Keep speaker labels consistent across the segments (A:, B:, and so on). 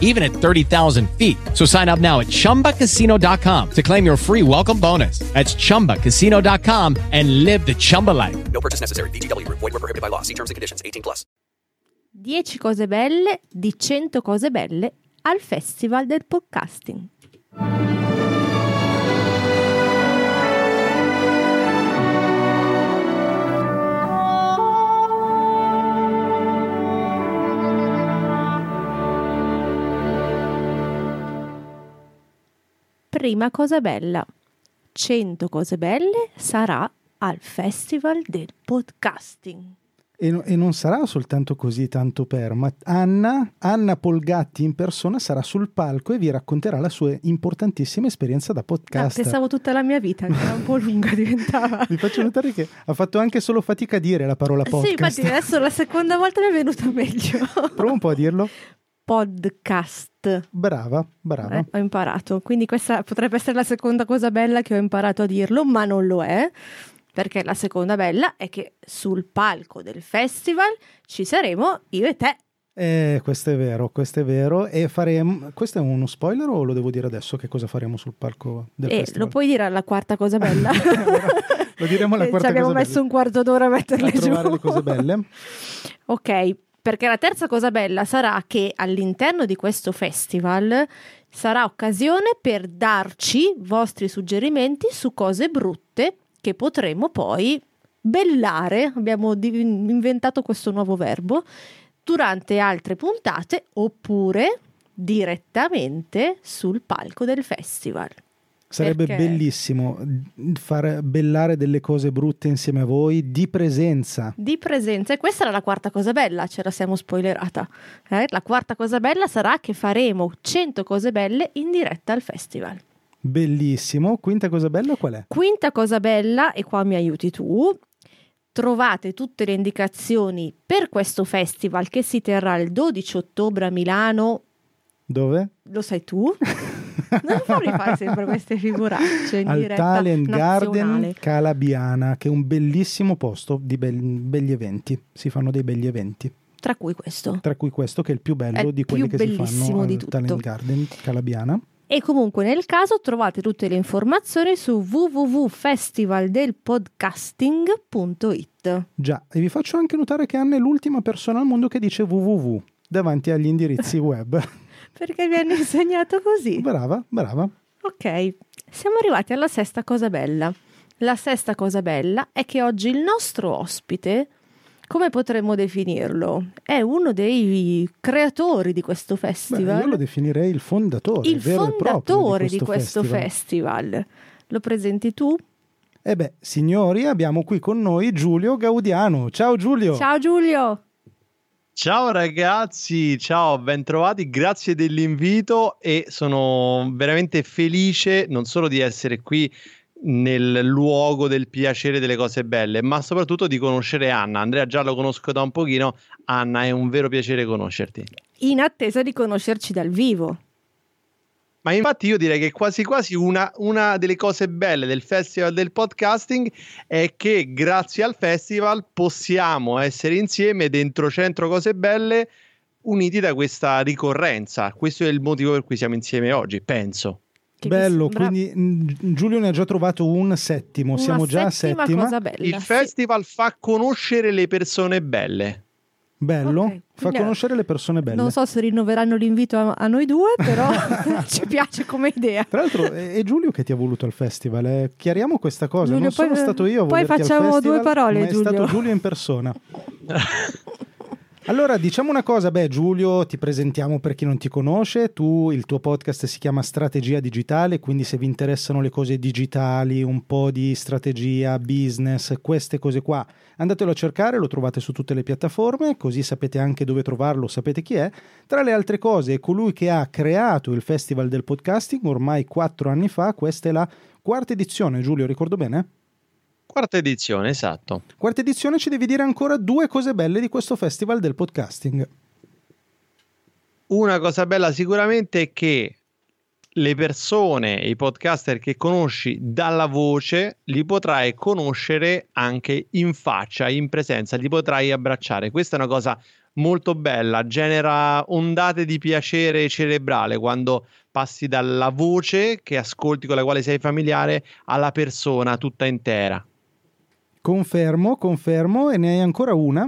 A: even at 30,000 feet. So sign up now at chumbacasino.com to claim your free welcome bonus. That's chumbacasino.com and live the Chumba life.
B: No purchase necessary. VGW Group. Void were prohibited by law. See terms and conditions. 18 plus.
C: 10 cose belle di 100 cose belle al Festival del Podcasting. Prima cosa bella. 100 cose belle sarà al Festival del Podcasting.
D: E, no- e non sarà soltanto così tanto per, ma Anna, Anna Polgatti in persona sarà sul palco e vi racconterà la sua importantissima esperienza da
C: Ah,
D: podcast.
C: pensavo tutta la mia vita, che era un po' lunga diventava.
D: Vi faccio notare che ha fatto anche solo fatica a dire la parola
C: Sì,
D: podcast.
C: infatti eh. adesso la seconda volta mi è venuta meglio.
D: Prova un po' a dirlo.
C: Podcast.
D: Brava, brava.
C: Eh, ho imparato, quindi questa potrebbe essere la seconda cosa bella che ho imparato a dirlo, ma non lo è, perché la seconda bella è che sul palco del festival ci saremo io e te.
D: Eh, questo è vero, questo è vero. E faremo. Questo è uno spoiler o lo devo dire adesso che cosa faremo sul palco del
C: e
D: festival?
C: Eh, lo puoi dire alla quarta cosa bella.
D: Lo diremo alla
C: Eh,
D: quarta
C: Ci abbiamo
D: cosa
C: messo
D: bella.
C: un quarto d'ora a metterle
D: a trovare
C: giù.
D: le cose belle.
C: Ok, perché la terza cosa bella sarà che all'interno di questo festival sarà occasione per darci vostri suggerimenti su cose brutte che potremo poi bellare, abbiamo di- inventato questo nuovo verbo, durante altre puntate oppure direttamente sul palco del festival.
D: Sarebbe
C: Perché?
D: bellissimo mm, far bellare delle cose brutte insieme a voi di presenza.
C: Di presenza, e questa era la quarta cosa bella, ce la siamo spoilerata. eh? La quarta cosa bella sarà che faremo 100 cose belle in diretta al festival.
D: Bellissimo. Quinta cosa bella qual è?
C: Quinta cosa bella, e qua mi aiuti tu, trovate tutte le indicazioni per questo festival che si terrà il 12 ottobre a Milano.
D: Dove?
C: Lo sai tu? Non farmi fare sempre queste figuracce in
D: Al
C: diretta
D: Talent Garden
C: nazionale.
D: Calabiana, che è un bellissimo posto di bel- belli eventi. Si fanno dei belli eventi,
C: Tra cui questo.
D: tra cui questo che è il più bello
C: È il
D: di quelli
C: più
D: che si
C: bellissimo
D: fanno al
C: di tutto.
D: Talent Garden Calabiana.
C: E comunque nel caso trovate tutte le informazioni su www.festivaldelpodcasting.it.
D: Già, e vi faccio anche notare che Anna è l'ultima persona al mondo che dice www davanti agli indirizzi web.
C: Perché vi hanno insegnato così?
D: brava, brava.
C: Ok, siamo arrivati alla sesta cosa bella. La sesta cosa bella è che oggi il nostro ospite, come potremmo definirlo? È uno dei creatori di questo
D: Beh, io
C: festival,
D: lo definirei il fondatore,
C: il
D: vero e proprio
C: fondatore
D: di questo, festival.
C: festival. Lo presenti tu?
D: E beh, signori, abbiamo qui con noi Giulio Gaudiano. Ciao Giulio!
C: Ciao Giulio!
E: Ciao ragazzi, ciao, bentrovati, grazie dell'invito e sono veramente felice non solo di essere qui nel luogo del piacere delle cose belle, ma soprattutto di conoscere Anna. Andrea già lo conosco da un pochino, Anna è un vero piacere conoscerti.
C: In attesa di conoscerci dal vivo.
E: Ma infatti io direi che quasi quasi una, una delle cose belle del festival del podcasting è che grazie al festival possiamo essere insieme dentro Centro Cose Belle uniti da questa ricorrenza. Questo è il motivo per cui siamo insieme oggi, penso.
C: che mi
D: Bello,
C: sembra
D: quindi mh, Giulio ne ha già trovato un settimo,
C: una
D: siamo già a
C: settima
D: settima.
C: cosa bella.
E: Il
C: sì.
E: festival fa conoscere le persone belle.
D: Bello,
C: Ok,
D: fa
C: quindi,
D: conoscere le persone belle.
C: Non so se rinnoveranno l'invito a, a noi due, però ci piace come idea.
D: Tra l'altro è è Giulio che ti ha voluto al festival, eh. chiariamo questa cosa,
C: Giulio,
D: non sono
C: poi-
D: stato io a
C: poi
D: volerti al
C: facciamo
D: festival,
C: due parole,
D: ma è
C: Giulio.
D: stato Giulio in persona. Allora, diciamo una cosa, beh Giulio, ti presentiamo per chi non ti conosce, tu il tuo podcast si chiama Strategia Digitale, quindi se vi interessano le cose digitali, un po' di strategia, business, queste cose qua, andatelo a cercare, lo trovate su tutte le piattaforme, così sapete anche dove trovarlo, sapete chi è. Tra le altre cose, è colui che ha creato il Festival del Podcasting ormai quattro anni fa, questa è la quarta edizione, Giulio, ricordo bene?
E: Quarta edizione, esatto.
D: Quarta edizione ci devi dire ancora due cose belle di questo festival del podcasting.
E: Una cosa bella sicuramente è che le persone, i podcaster che conosci dalla voce, li potrai conoscere anche in faccia, in presenza, li potrai abbracciare. Questa è una cosa molto bella, genera ondate di piacere cerebrale quando passi dalla voce che ascolti con la quale sei familiare alla persona tutta intera.
D: Confermo, confermo, e ne hai ancora una?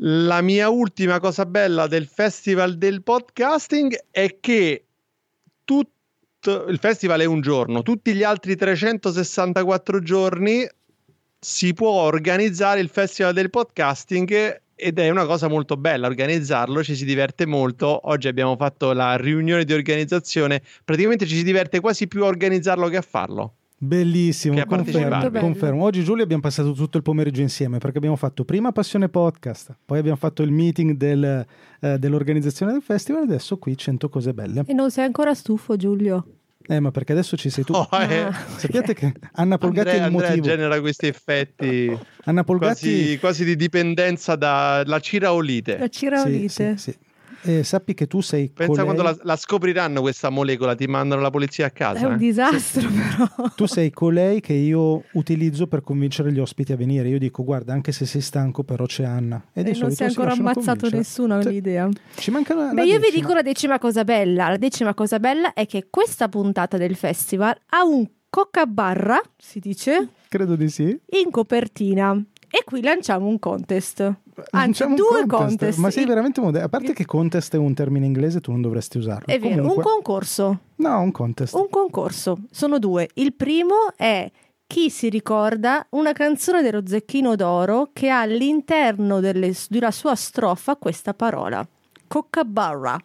E: La mia ultima cosa bella del festival del podcasting è che tutto il festival è un giorno, tutti gli altri 364 giorni si può organizzare il festival del podcasting ed è una cosa molto bella organizzarlo, ci si diverte molto. Oggi abbiamo fatto la riunione di organizzazione, praticamente ci si diverte quasi più a organizzarlo che a farlo.
D: Bellissimo,
E: Che ha
D: confermo,
E: partecipato.
C: Bello.
D: confermo. Oggi Giulio abbiamo passato tutto il pomeriggio insieme perché abbiamo fatto prima Passione Podcast, poi abbiamo fatto il meeting del, eh, dell'organizzazione del festival e adesso qui 100 cose belle.
C: E non sei ancora stufo, Giulio.
D: Eh, ma perché adesso ci sei tu?
E: Oh, eh.
C: Ah.
D: Sappiate che Anna Polgatti
E: Andrea,
D: è il
E: Andrea
D: motivo.
E: genera questi effetti
D: Anna Polgatti
E: quasi, quasi di dipendenza dalla
C: La
E: ciraolite.
D: Sì,
C: ciraolite.
D: Eh, sì, sì. Eh, sappi che tu sei
E: Pensa
D: colei-
E: quando la, la scopriranno questa molecola, ti mandano la polizia a
C: È
E: casa.
C: un
E: eh.
C: disastro, però. Eh,
D: tu sei colei che io utilizzo per convincere gli ospiti a venire. Io dico, guarda, anche se sei stanco, però c'è Anna. E, di
C: E Eh, non
D: solito
C: si è ancora
D: lasciano
C: ammazzato
D: convincere.
C: nessuno,
D: Sì.
C: un'idea.
D: cioè, Ci manca la, la
C: Beh, io vi
D: decima.
C: dico la decima cosa bella. La decima cosa bella è che questa puntata del festival ha un coccabarra, si dice,
D: Credo di sì.
C: in copertina. E qui lanciamo un contest. Anzi,
D: Lanciamo un
C: due contest.
D: Ma sei
C: Il-
D: veramente moderno. A parte che contest è un termine inglese, tu non dovresti usarlo.
C: È vero,
D: Comunque-
C: un concorso.
D: No, un contest.
C: Un concorso. Sono due. Il primo è chi si ricorda una canzone dello Zecchino d'Oro che ha all'interno delle- della sua strofa questa parola. Coccabarra.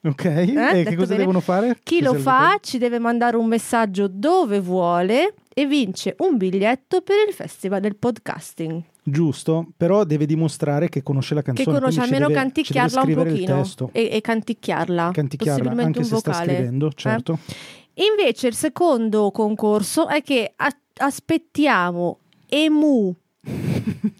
D: Ok.
C: Eh,
D: e che
C: detto
D: cosa
C: bene.
D: devono fare?
C: Chi lo
D: Cosa
C: fa ci deve mandare un messaggio dove vuole e vince un biglietto per il festival del podcasting.
D: Giusto, però deve dimostrare che conosce la
C: Che
D: canzone.
C: conosce
D: quindi ci
C: almeno
D: deve-
C: canticchiarla
D: ci
C: un
D: deve scrivere Il
C: pochino
D: testo.
C: e, e canticchiarla,
D: Canticchiarla,
C: possibilmente
D: anche
C: un
D: se sta
C: vocale.
D: scrivendo, certo.
C: Eh? Invece il secondo concorso è che a- aspettiamo emu,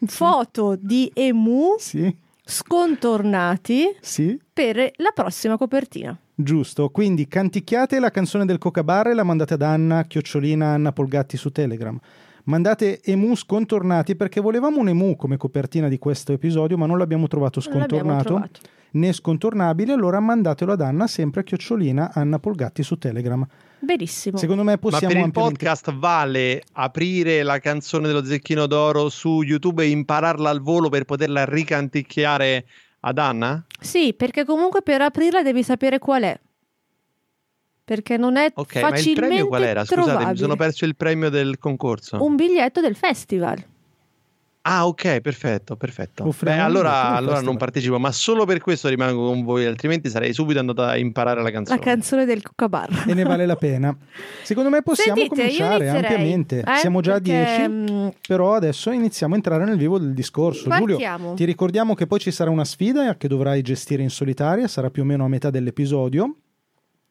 C: foto di emu
D: Sì,
C: scontornati
D: sì,
C: per la prossima copertina.
D: giusto. Quindi canticchiate la canzone del Cocabarra e la mandate ad Anna, chiocciolina Anna Polgatti su Telegram. Mandate emu scontornati perché volevamo un emu come copertina di questo episodio, ma non l'abbiamo trovato
C: Non l'abbiamo
D: scontornato
C: trovato.
D: né scontornabile, allora mandatelo ad Anna sempre a chiocciolina Anna Polgatti su Telegram.
C: Boh. Benissimo.
D: Secondo me
E: Ma per
D: possiamo
E: il
D: ampiamente
E: podcast vale aprire la canzone dello Zecchino d'Oro su YouTube e impararla al volo per poterla ricanticchiare ad Anna?
C: Sì, perché comunque per aprirla devi sapere qual è. Perché non è
E: Ok, ma il
C: facilmente
E: premio qual era? Scusate, mi
C: trovabile.
E: sono perso il premio del concorso.
C: Un biglietto del festival.
E: Ah, ok, perfetto, perfetto.
D: Offriamo
E: Beh,
D: un biglietto
E: allora,
D: al
E: allora
D: festival.
E: non partecipo, ma solo per questo rimango con voi, altrimenti sarei subito andato a imparare la
C: La
E: canzone.
C: canzone del Cucabarra.
D: e ne vale la pena. Secondo me possiamo
C: Sentite, io
D: cominciare
C: inizierei,
D: ampiamente.
C: eh,
D: Siamo già
C: perché,
D: a 10,
C: mm,
D: però adesso iniziamo a entrare nel vivo del discorso.
C: Partiamo.
D: Giulio, ti ricordiamo che poi ci sarà una sfida che dovrai gestire in solitaria, sarà più o meno a metà dell'episodio.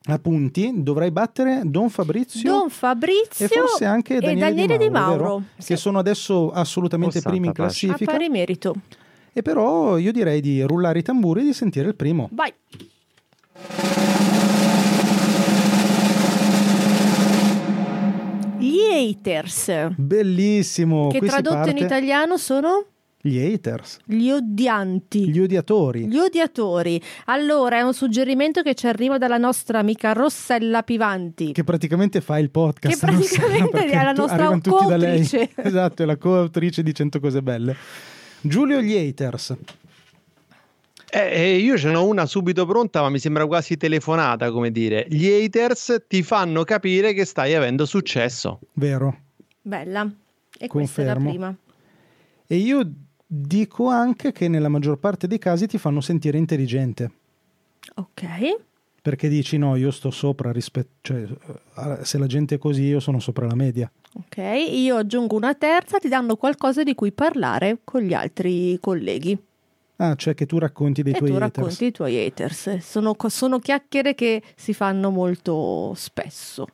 D: A punti dovrai battere Don Fabrizio.
C: Don Fabrizio
D: e forse anche
C: e
D: Daniele,
C: Daniele Di Mauro,
D: vero?
C: sì.
D: che sono adesso assolutamente
E: Oh, santa
D: primi in
E: pace.
C: a
D: classifica.
C: pari merito.
D: E però io direi di rullare i tamburi e di sentire il primo.
C: Vai. Gli haters,
D: Bellissimo!
C: che
D: qui si
C: tradotto in
D: Diciamo, parte-
C: italiano sono
D: Gli haters,
C: gli odianti.
D: gli odiatori.
C: Gli odiatori. Allora, è un suggerimento che ci arriva dalla nostra amica Rossella Pivanti.
D: che praticamente fa il podcast
C: Che praticamente
D: non sa, perché
C: è la
D: tu-
C: nostra
D: arrivano tutti da lei.
C: coautrice.
D: esatto è la coautrice di 100 cose belle Giulio gli haters
E: Eh, eh, io ce n'ho una subito pronta, ma mi sembra quasi telefonata, come dire. Gli haters ti fanno capire che stai avendo successo.
D: vero
C: Bella. E questa è la
D: Confermo.
C: prima.
D: e io dico anche che nella maggior parte dei casi ti fanno sentire intelligente
C: Ok.
D: perché dici no io sto sopra rispetto cioè eh, se la gente è così io sono sopra la media
C: Ok, io aggiungo una terza, ti danno qualcosa di cui parlare con gli altri colleghi.
D: ah cioè che tu racconti dei
C: e tu
D: tuoi haters
C: racconti i tuoi haters. Sono, co- sono chiacchiere che si fanno molto spesso.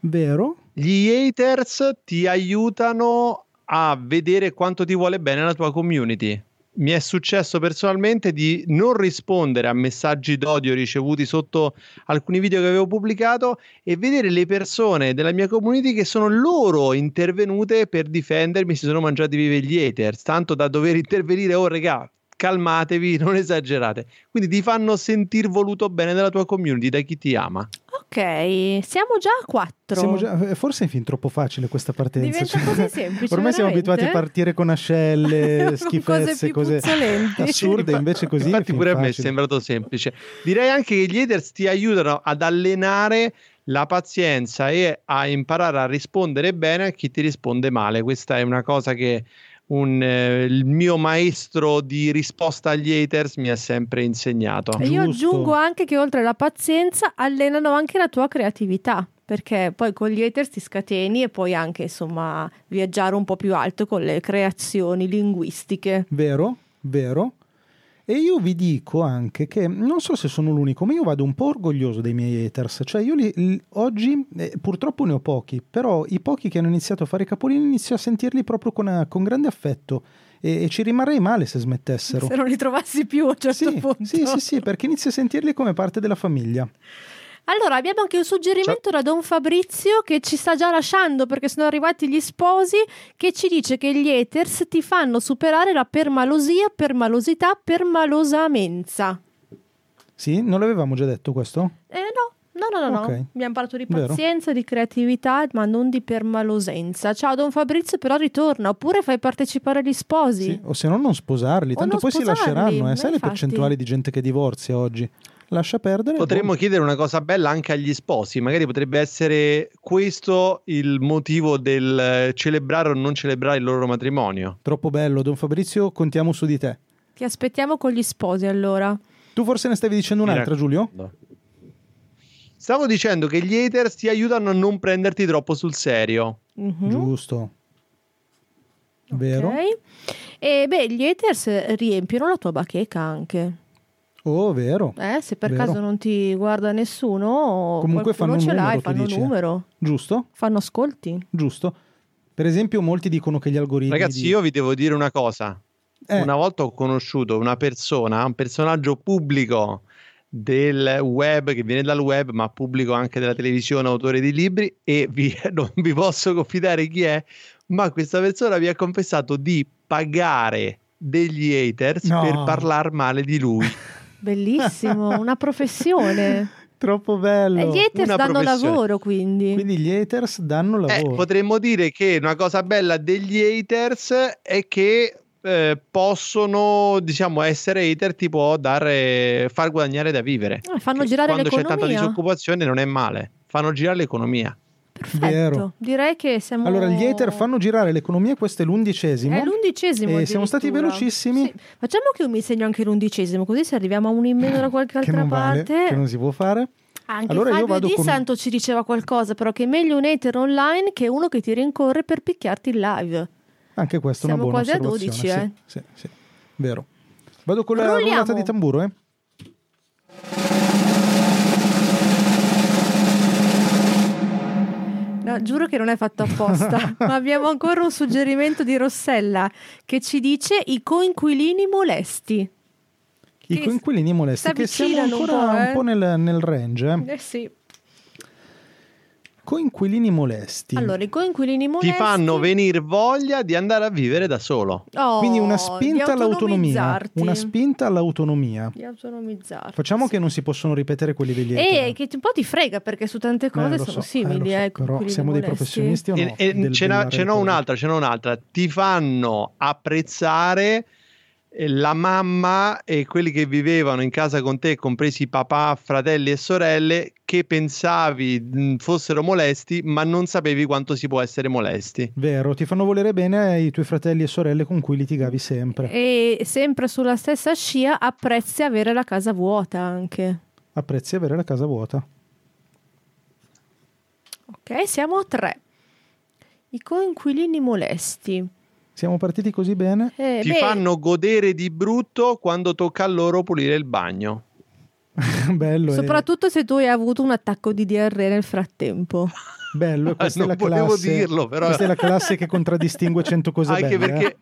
D: vero
E: Gli haters ti aiutano a vedere quanto ti vuole bene la tua community. Mi è successo personalmente di non rispondere a messaggi d'odio ricevuti sotto alcuni video che avevo pubblicato e vedere le persone della mia community che sono loro intervenute per difendermi, si sono mangiati vive gli haters, tanto da dover intervenire, oh regà, calmatevi, non esagerate. Quindi ti fanno sentir voluto bene dalla tua community, da chi ti ama.
C: Ok, siamo già a quattro.
D: Siamo già- eh, forse è fin troppo facile questa partenza.
C: Diventa
D: cioè,
C: così semplice.
D: Ormai siamo abituati a
C: veramente?
D: partire con ascelle,
C: Con cose
D: schifezze,
C: più
D: cose,
C: puzzolenti.
D: assurde, invece così. è
E: Infatti
D: fin
E: pure a me è
D: facile.
E: sembrato semplice. Direi anche che gli haters ti aiutano ad allenare la pazienza e a imparare a rispondere bene a chi ti risponde male. Questa è una cosa che un, eh, il mio maestro di risposta agli haters mi ha sempre insegnato.
C: E Io
D: Giusto.
C: aggiungo anche che oltre alla pazienza allenano anche la tua creatività, perché poi con gli haters ti scateni e puoi anche insomma viaggiare un po' più alto con le creazioni linguistiche.
D: Vero, vero. E io vi dico anche che non so se sono l'unico, ma io vado un po' orgoglioso dei miei haters. Cioè, io li- l- oggi eh, purtroppo ne ho pochi, però i pochi che hanno iniziato a fare capolini inizio a sentirli proprio con, eh, con grande affetto. E, e ci rimarrei male se smettessero.
C: Se non li trovassi più a un certo
D: sì,
C: punto.
D: sì, sì, sì, perché inizio a sentirli come parte della famiglia.
C: Allora, abbiamo anche un suggerimento da Don Fabrizio che ci sta già lasciando perché sono arrivati gli sposi che ci dice che gli haters ti fanno superare la permalosia, permalosità, permalosamenza.
D: Sì, non l'avevamo già detto questo?
C: Eh no. No, no, no, no.
D: Ok.
C: Abbiamo parlato di
D: Vero.
C: pazienza, di creatività, ma non di permalosenza. Ciao Don Fabrizio, però ritorna, oppure fai partecipare gli sposi.
D: O se no non sposarli,
C: O
D: tanto
C: non
D: poi si
C: sposarli,
D: lasceranno.
C: ma
D: Eh. Sai le
C: infatti.
D: percentuali di gente che divorzia oggi? Lascia perdere.
E: Potremmo
D: boh.
E: chiedere una cosa bella anche agli sposi, magari potrebbe essere questo il motivo del eh, celebrare o non celebrare il loro matrimonio.
D: Troppo bello, Don Fabrizio, contiamo su di te.
C: Ti aspettiamo con gli sposi allora.
D: Tu forse ne stavi dicendo
E: Mi
D: un'altra, Giulio?
E: raccomando. Stavo dicendo che gli haters ti aiutano a non prenderti troppo sul serio.
C: Mhm.
D: Giusto. Vero?
C: Ok. E beh, gli haters riempiono la tua bacheca anche.
D: Oh, vero.
C: Eh, se per
D: Vero.
C: caso non ti guarda nessuno, qualcuno
D: Comunque fanno un
C: ce
D: numero,
C: l'hai,
D: tu
C: fanno
D: dici.
C: numero,
D: Giusto?
C: fanno ascolti.
D: Giusto. Per esempio, molti dicono che gli algoritmi.
E: Ragazzi,
D: di-
E: io vi devo dire una cosa.
D: Eh,
E: Una volta ho conosciuto una persona, un personaggio pubblico del web, che viene dal web, ma pubblico anche della televisione, autore di libri, e vi- non vi posso confidare chi è, ma questa persona vi ha confessato di pagare degli haters
D: No.
E: per parlare male di lui.
C: Bellissimo, una professione.
D: Troppo bello.
C: e gli haters
E: una
C: danno
E: professione.
C: lavoro quindi.
D: Quindi gli haters danno
E: Eh,
D: lavoro.
E: potremmo dire che una cosa bella degli haters è che eh, possono, diciamo, essere hater ti può dare, far guadagnare da vivere.
C: Eh, fanno
E: Che
C: girare
E: Quando c'è tanta
C: l'economia.
E: disoccupazione non è male, fanno girare l'economia.
C: Perfetto.
D: Vero.
C: Direi che siamo
D: Allora, gli hater fanno girare l'economia, questo è l'undicesimo.
C: È l'undicesimo.
D: E siamo stati
C: addirittura.
D: velocissimi.
C: Sì. Facciamo che io mi segno anche l'undicesimo, così se arriviamo a uno in meno da qualche
D: che
C: altra
D: non vale,
C: parte.
D: che non si può fare.
C: Anche
D: Allora io
C: Fabio
D: vado
C: Di
D: con-
C: Santo ci diceva qualcosa, però che è meglio un hater online che uno che ti rincorre per picchiarti in live.
D: Anche questa è una
C: Siamo
D: buona
C: quasi a
D: osservazione,
C: 12,
D: sì, sì, sì. Vero. Vado con la
C: Rulliamo.
D: rullata di tamburo, eh?
C: No, giuro che non è fatto apposta, ma abbiamo ancora un suggerimento di Rossella che ci dice i coinquilini molesti.
D: I
C: Che
D: coinquilini molesti,
C: si
D: che siamo
C: avvicinano
D: ancora
C: un po', eh.
D: nel, nel range. eh.
C: Eh sì.
D: Coinquilini molesti.
C: Allora, i coinquilini molesti
E: Ti fanno venire voglia di andare a vivere da solo.
C: Oh,
D: Quindi una
C: di
D: spinta all'autonomia.
C: autonomizzarti.
D: Una spinta all'autonomia.
C: di autonomizzarti.
D: Facciamo che non si possono ripetere quelli degli hater.
C: E Eh, che un po' ti frega perché su tante
D: Eh,
C: cose
D: lo
C: sono
D: so,
C: simili.
D: eh, lo so,
C: eh,
D: però
C: coinquilini
D: siamo dei
C: molesti.
D: professionisti o no?
E: E- e
D: Del
E: ce, n'ha-
D: bellare
E: ce
D: le
E: n'ho
D: cose.
E: un'altra, ce n'ho un'altra. Ti fanno apprezzare eh, la mamma e quelli che vivevano in casa con te, compresi papà, fratelli e sorelle, che pensavi mh, fossero molesti, ma non sapevi quanto si può essere molesti.
D: Vero, ti fanno volere bene eh, i tuoi fratelli e sorelle con cui litigavi
C: Eh.
D: sempre.
C: E sempre sulla stessa scia apprezzi avere la casa vuota anche.
D: Apprezzi avere la casa vuota.
C: Ok, siamo a tre. I coinquilini molesti.
D: Siamo partiti così bene.
C: Eh,
E: Ti
C: beh,
E: fanno godere di brutto quando tocca a loro pulire il bagno. eh.
D: bello, eh. è,
C: Soprattutto se tu hai avuto un attacco di DR nel frattempo.
D: bello, e questa è
E: Ah, non
D: la
E: volevo
D: classe,
E: dirlo, però.
D: questa è la classe che contraddistingue 100 cose
E: Anche
D: belle. eh.
E: perché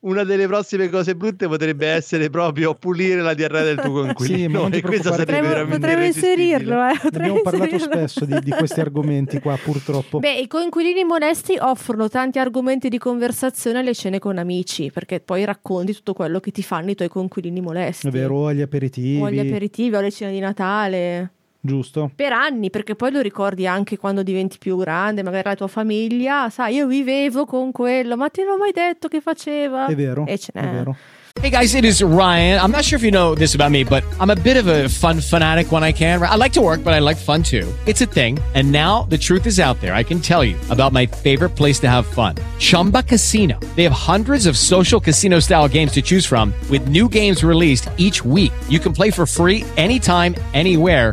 E: una delle prossime cose brutte potrebbe essere proprio pulire la diarrea del tuo
D: Sì, ma
E: coinquilino.
D: non ti
E: e questa
D: preoccupare,
E: sarebbe
D: perché-
C: Potremmo,
E: veramente
C: potremmo
E: irresistibile.
C: inserirlo, eh,
D: eh. Ne abbiamo
C: potremmo
D: parlato
C: inserirlo.
D: spesso di, di questi argomenti qua, purtroppo.
C: Beh, i coinquilini molesti offrono tanti argomenti di conversazione alle cene con amici, perché poi racconti tutto quello che ti fanno i tuoi coinquilini molesti.
D: è vero, o agli aperitivi,
C: O agli aperitivi, o alle cene di Natale.
D: giusto?
C: Per anni, perché poi lo ricordi anche quando diventi più grande, magari la tua famiglia, sai, io vivevo con quello, ma ti avevo mai detto che faceva?
D: È vero,
C: E ce
D: è
C: n'è.
D: vero.
A: Hey guys, it is Ryan. I'm not sure if you know this about me, but I'm a bit of a fun fanatic when I can. I like to work, but I like fun too. It's a thing. And now the truth is out there. I can tell you about my favorite place to have fun Chumba Casino. They have hundreds of social casino style games to choose from, with new games released each week. You can play for free anytime, anywhere.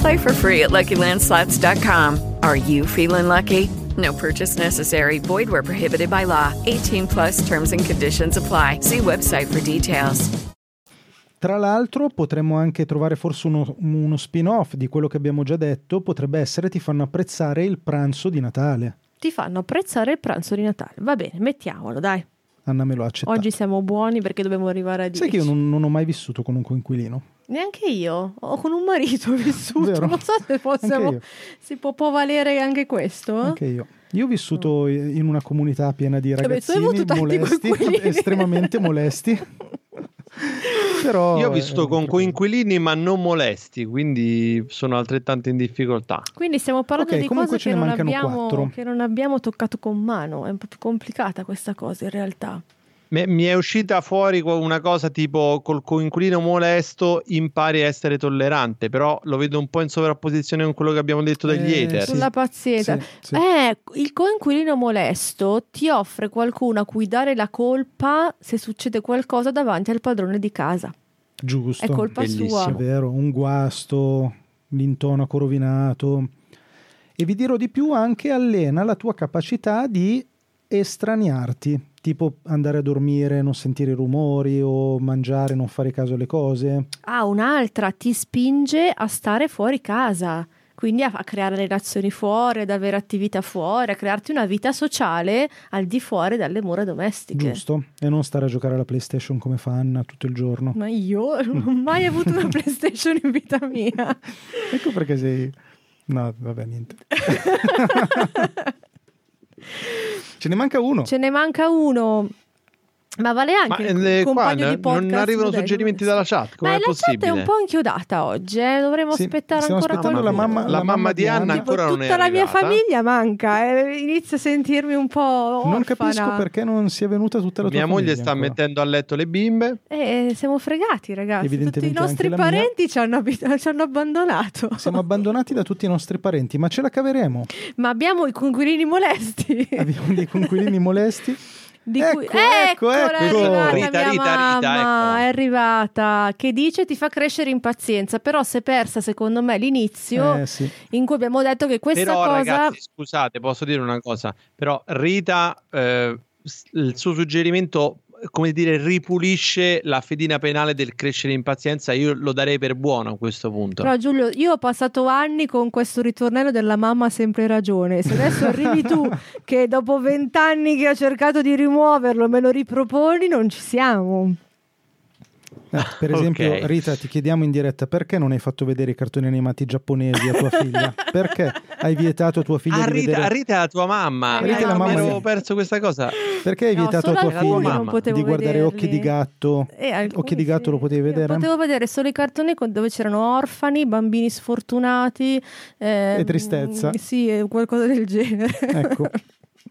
F: Play for free at LuckyLandSlots.com. Are you feeling lucky? No purchase necessary. Void where prohibited by law. 18 plus terms and conditions apply. See website for details.
D: Tra l'altro potremmo anche trovare forse uno, uno spin-off di quello che abbiamo già detto, potrebbe essere ti fanno apprezzare il pranzo di Natale.
C: Ti fanno apprezzare il pranzo di Natale. Va bene, mettiamolo, dai.
D: Anna me lo ha accettato.
C: Oggi siamo buoni perché dobbiamo arrivare a 10.
D: Sai che io non, non ho mai vissuto con un coinquilino.
C: Neanche io, o con un marito ho vissuto,
D: Vero.
C: non so se possiamo-
D: Anche io.
C: si può, può valere anche questo. eh?
D: Anche io. Io ho vissuto in una comunità piena di
C: Vabbè, Cioè, tu hai
D: ragazzini
C: avuto tanti
D: molesti,
C: coinquilini.
D: estremamente molesti. Però
E: Io ho
D: eh,
E: visto con coinquilini ma non molesti, quindi sono altrettanto in difficoltà.
C: Quindi stiamo parlando
D: Ok,
C: di
D: comunque
C: cose
D: ce
C: che
D: ne
C: non,
D: mancano quattro.
C: abbiamo, che non abbiamo toccato con mano, è un po' più complicata questa cosa in realtà.
E: Me- Mi è uscita fuori qua una cosa tipo col coinquilino molesto impari a essere tollerante, però lo vedo un po' in sovrapposizione con quello che abbiamo detto dagli
D: Eh,
E: hater.
D: sì.
C: Sulla pazienza.
D: Sì, sì.
C: Eh, il coinquilino molesto ti offre qualcuno a cui dare la colpa se succede qualcosa davanti al padrone di casa.
D: Giusto.
C: È colpa
D: È
C: sua.
E: Bellissimo.
D: vero, un guasto, l'intonaco rovinato. E vi dirò di più, anche allena la tua capacità di estraniarti, tipo andare a dormire, non sentire i rumori o mangiare, non fare caso alle cose.
C: Ah, un'altra ti spinge a stare fuori casa, quindi a, a creare relazioni fuori, ad avere attività fuori, a crearti una vita sociale al di fuori dalle mura domestiche.
D: Giusto? E non stare a giocare alla PlayStation come fa Anna tutto il giorno.
C: Ma io non ho mai avuto una PlayStation in vita mia.
D: Ecco perché sei... No, vabbè, niente. Ce ne manca uno.
C: Ce ne manca uno. Ma vale
E: Ma
C: anche il
E: eh, qua
C: compagno
E: ne-
C: di podcast.
E: non arrivano
C: dai,
E: suggerimenti
C: come-
E: dalla chat,
C: Ma
E: com'è
C: la chat è
E: possibile?
C: un po' inchiodata oggi, eh? dovremmo
D: Sì,
C: aspettare
D: stiamo
C: ancora
D: aspettando la
C: qualcuno.
D: mamma,
E: La mamma di Anna
D: Anna
C: Tipo,
E: ancora non è
C: tutta la mia
E: arrivata.
C: famiglia manca, eh, inizio a sentirmi un po' orfana.
D: Non capisco perché non sia venuta tutta la tua
E: Mia moglie
D: famiglia
E: sta
D: ancora.
E: mettendo a letto le bimbe.
C: Eh, siamo fregati, ragazzi. Tutti i
D: Evidentemente
C: nostri
D: anche la mia.
C: parenti ci hanno, abit- ci hanno abbandonato.
D: Siamo abbandonati da tutti i nostri parenti, ma ce la caveremo.
C: Ma abbiamo i coinquilini molesti.
D: Abbiamo dei coinquilini molesti.
C: Di
D: Ecco,
C: cui...
D: ecco,
C: Eccola,
D: ecco.
C: è arrivata
E: Rita,
C: mia
E: Rita, Rita,
C: mamma,
E: eccola.
C: è arrivata, che dice ti fa crescere in pazienza, però si è persa secondo me l'inizio
D: Eh, sì.
C: in cui abbiamo detto che questa
E: però
C: cosa...
E: ragazzi, scusate, posso dire una cosa, però Rita eh, s- il suo suggerimento come dire ripulisce la fedina penale del crescere in pazienza, io lo darei per buono a questo punto.
C: Però Giulio, io ho passato anni con questo ritornello della mamma ha sempre ragione. Se adesso arrivi tu che dopo vent'anni che ho cercato di rimuoverlo me lo riproponi, non ci siamo.
D: Eh, per esempio,
E: Ok.
D: Rita, ti chiediamo in diretta perché non hai fatto vedere i cartoni animati giapponesi a tua figlia? perché hai vietato a tua figlia
E: Ah,
D: di
E: Rita,
D: vedere
E: Rita è la tua mamma.
C: Eh, Rita è la
E: Ah,
C: mamma
E: mi
D: di-
E: avevo perso questa cosa.
D: Perché hai
C: No,
D: vietato
C: solo
D: a tua
E: alcuni
D: figlia
E: non
C: potevo
D: di guardare
C: vederli.
D: Occhi di gatto?
C: Eh, alcuni
D: Occhi di gatto
C: sì.
D: lo potevi
C: Io
D: vedere?
C: Potevo vedere solo i cartoni con- dove c'erano orfani, bambini sfortunati. eh,
D: E tristezza.
C: mm, Sì, eh, qualcosa del genere.
D: Ecco.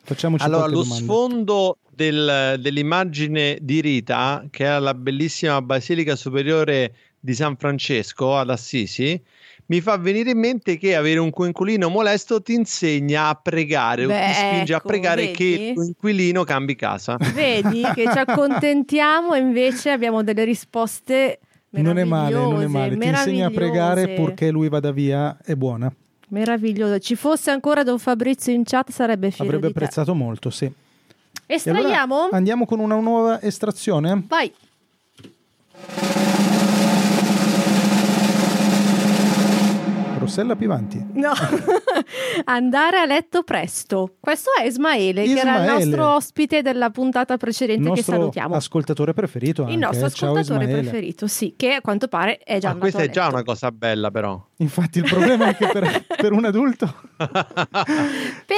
D: Facciamoci
E: Allora,
D: qualche
E: lo
D: domanda.
E: sfondo del- dell'immagine di Rita, che è la bellissima Basilica Superiore di San Francesco ad Assisi, mi fa venire in mente che avere un coinquilino molesto ti insegna a pregare o
C: Beh,
E: ti spinge a
C: ecco,
E: pregare
C: vedi?
E: che il coinquilino cambi casa.
C: Vedi che ci accontentiamo e invece abbiamo delle risposte
D: Non è male, non è male. Ti insegna a pregare
C: meravigliose,
D: purché lui vada via, è buona.
C: meravigliose. Ci fosse ancora Don Fabrizio in chat sarebbe fiero
D: Avrebbe
C: di te.
D: apprezzato molto, sì. E allora
C: Estraiamo?
D: andiamo con una nuova estrazione?
C: Vai.
D: Rossella Pivanti.
C: No. Andare a letto presto. Questo è Ismaele, che era il
D: Ismaele.
C: nostro ospite della puntata
D: Il
C: precedente che
D: nostro
C: salutiamo.
D: ascoltatore preferito.
C: il
D: anche,
C: nostro
D: eh. Ciao,
C: ascoltatore
D: Ismaele.
C: preferito, sì, che a quanto pare è già
E: Ma
C: andato
E: Ah, questa
C: a
E: è già
C: letto.
E: una cosa bella, però.
D: Infatti, il problema è che per, per un adulto.
C: Per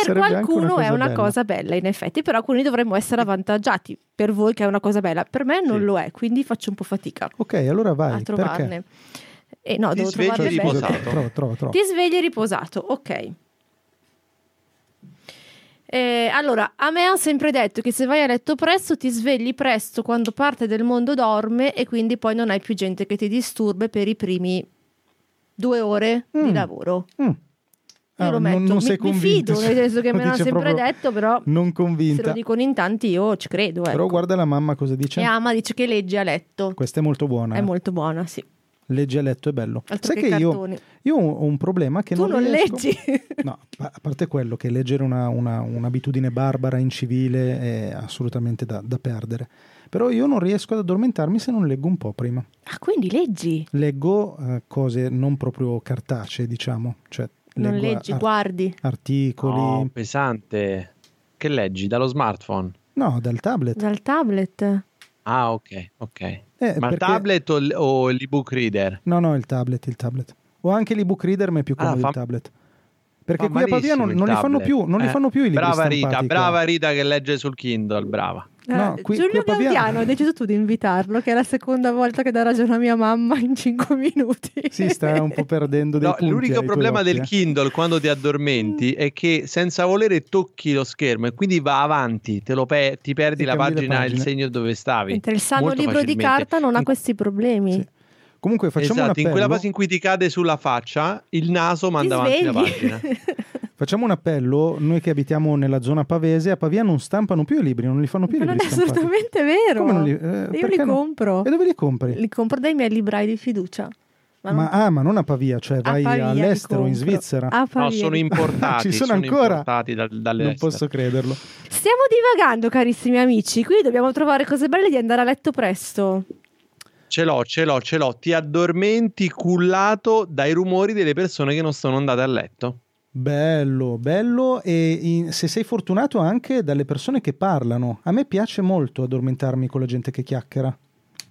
D: Sarebbe anche
C: qualcuno
D: una
C: è
D: cosa
C: una
D: bella.
C: cosa bella, in effetti, però quindi dovremmo essere avvantaggiati. Per voi che è una cosa bella, per me non
E: Sì.
C: lo è, quindi faccio un po' fatica
D: Ok, allora vai.
C: a trovarne.
D: Perché?
C: Eh, no,
E: Ti
C: devo
E: svegli
C: trovarne
E: Vabbè,
D: scusa,
E: riposato.
C: belle.
E: beh.
D: Trova, trova, trova.
C: Ti svegli riposato, ok. Eh, allora, a me hanno sempre detto che se vai a letto presto ti svegli presto quando parte del mondo dorme e quindi poi non hai più gente che ti disturbe per i primi due ore di
D: Mm.
C: lavoro.
D: Mm.
C: Io
D: Ah,
C: lo metto.
D: non
C: mi,
D: sei
C: mi
D: convinta,
C: fido, nel senso che
D: lo
C: me l'hanno
D: dice
C: sempre
D: proprio
C: detto, però
D: Non
C: se lo
D: convinta.
C: dicono in tanti io ci credo. Ecco.
D: Però guarda la mamma cosa dice.
C: E ama dice che legge a letto.
D: Questa è molto buona.
C: È molto buona, sì.
D: Leggi a letto è bello.
C: Altro
D: Sai
C: che
D: che, io,
C: cartoni.
D: io ho un problema che
C: tu non,
D: riesco-
C: leggi.
D: No, a a parte quello che leggere una, una- un'abitudine barbara, incivile, è assolutamente da, da perdere. Però io non riesco ad addormentarmi se non leggo un po' prima.
C: ah, quindi leggi.
D: Leggo eh, cose non proprio cartacee, diciamo. Cioè,
C: Non
D: leggo
C: leggi,
D: ar-
C: guardi.
D: articoli.
E: No, Oh, pesante. Che leggi dallo smartphone?
D: No, dal tablet.
C: Dal tablet.
E: Ah, ok, ok. Ma il
D: Eh, perché-
E: tablet o, l- o l'ebook reader?
D: No, no, il tablet, il tablet. O anche l'ebook reader, ma è più
E: Ah,
D: comodo
E: fa-
D: il tablet. Perché
E: Fa
D: qui a Pavia
E: malissimo
D: non,
E: il
D: non li fanno
E: tablet.
D: più, non li
E: Eh,
D: fanno più i libri
E: Brava Rita,
D: stampati cioè. qua.
E: brava Rita che legge sul Kindle, brava.
D: No,
C: Eh,
D: qui- qui
C: Giulio
D: a Pavia-
C: Gaudiano, hai deciso tu di invitarlo, che è la seconda volta che dà ragione a mia mamma in 5 minuti.
D: Sì, sta un po' perdendo dei
E: No,
D: punti ai
E: l'unico
D: tuoi
E: problema
D: occhi,
E: del
D: eh.
E: Kindle quando ti addormenti è che senza volere tocchi lo schermo e quindi va avanti, te lo pe- ti
D: Ti
E: perdi la
D: cambi le
E: pagina e il
D: pagine.
E: segno dove stavi.
C: Mentre il sano
E: Molto
C: libro di
E: facilmente.
C: carta non ha
E: In-
C: questi problemi.
D: Sì. Comunque facciamo un
E: esatto, in quella
D: appello-
E: fase in cui ti cade sulla faccia, il naso
C: Ti
E: manda avanti la pagina.
C: svegli.
D: Facciamo un appello, noi che abitiamo nella zona pavese, a Pavia non stampano più i libri, non li fanno più i
C: Ma
D: libri
C: non è
D: stampati.
C: assolutamente vero.
D: Come non li- eh,
C: Io li
D: perché no?
C: compro.
D: E dove li compri?
C: Li compro dai miei librai di fiducia.
D: Ma,
C: non-
D: ah, ma non a Pavia, cioè
C: a
D: vai
C: Pavia li
D: all'estero,
C: compro.
D: in
C: Ah.
D: Svizzera.
C: A
E: No,
C: Pavia
E: sono
C: li-
E: importati.
D: Ci sono ancora?
E: importati dal, dalle
D: non posso crederlo.
C: Stiamo divagando, carissimi amici. Qui dobbiamo trovare cose belle di andare a letto presto.
E: Ce l'ho, ce l'ho, ce l'ho. Ti addormenti cullato dai rumori delle persone che non sono andate a letto.
D: Bello, bello e in- se sei fortunato anche dalle persone che parlano. A me piace molto addormentarmi con la gente che chiacchiera.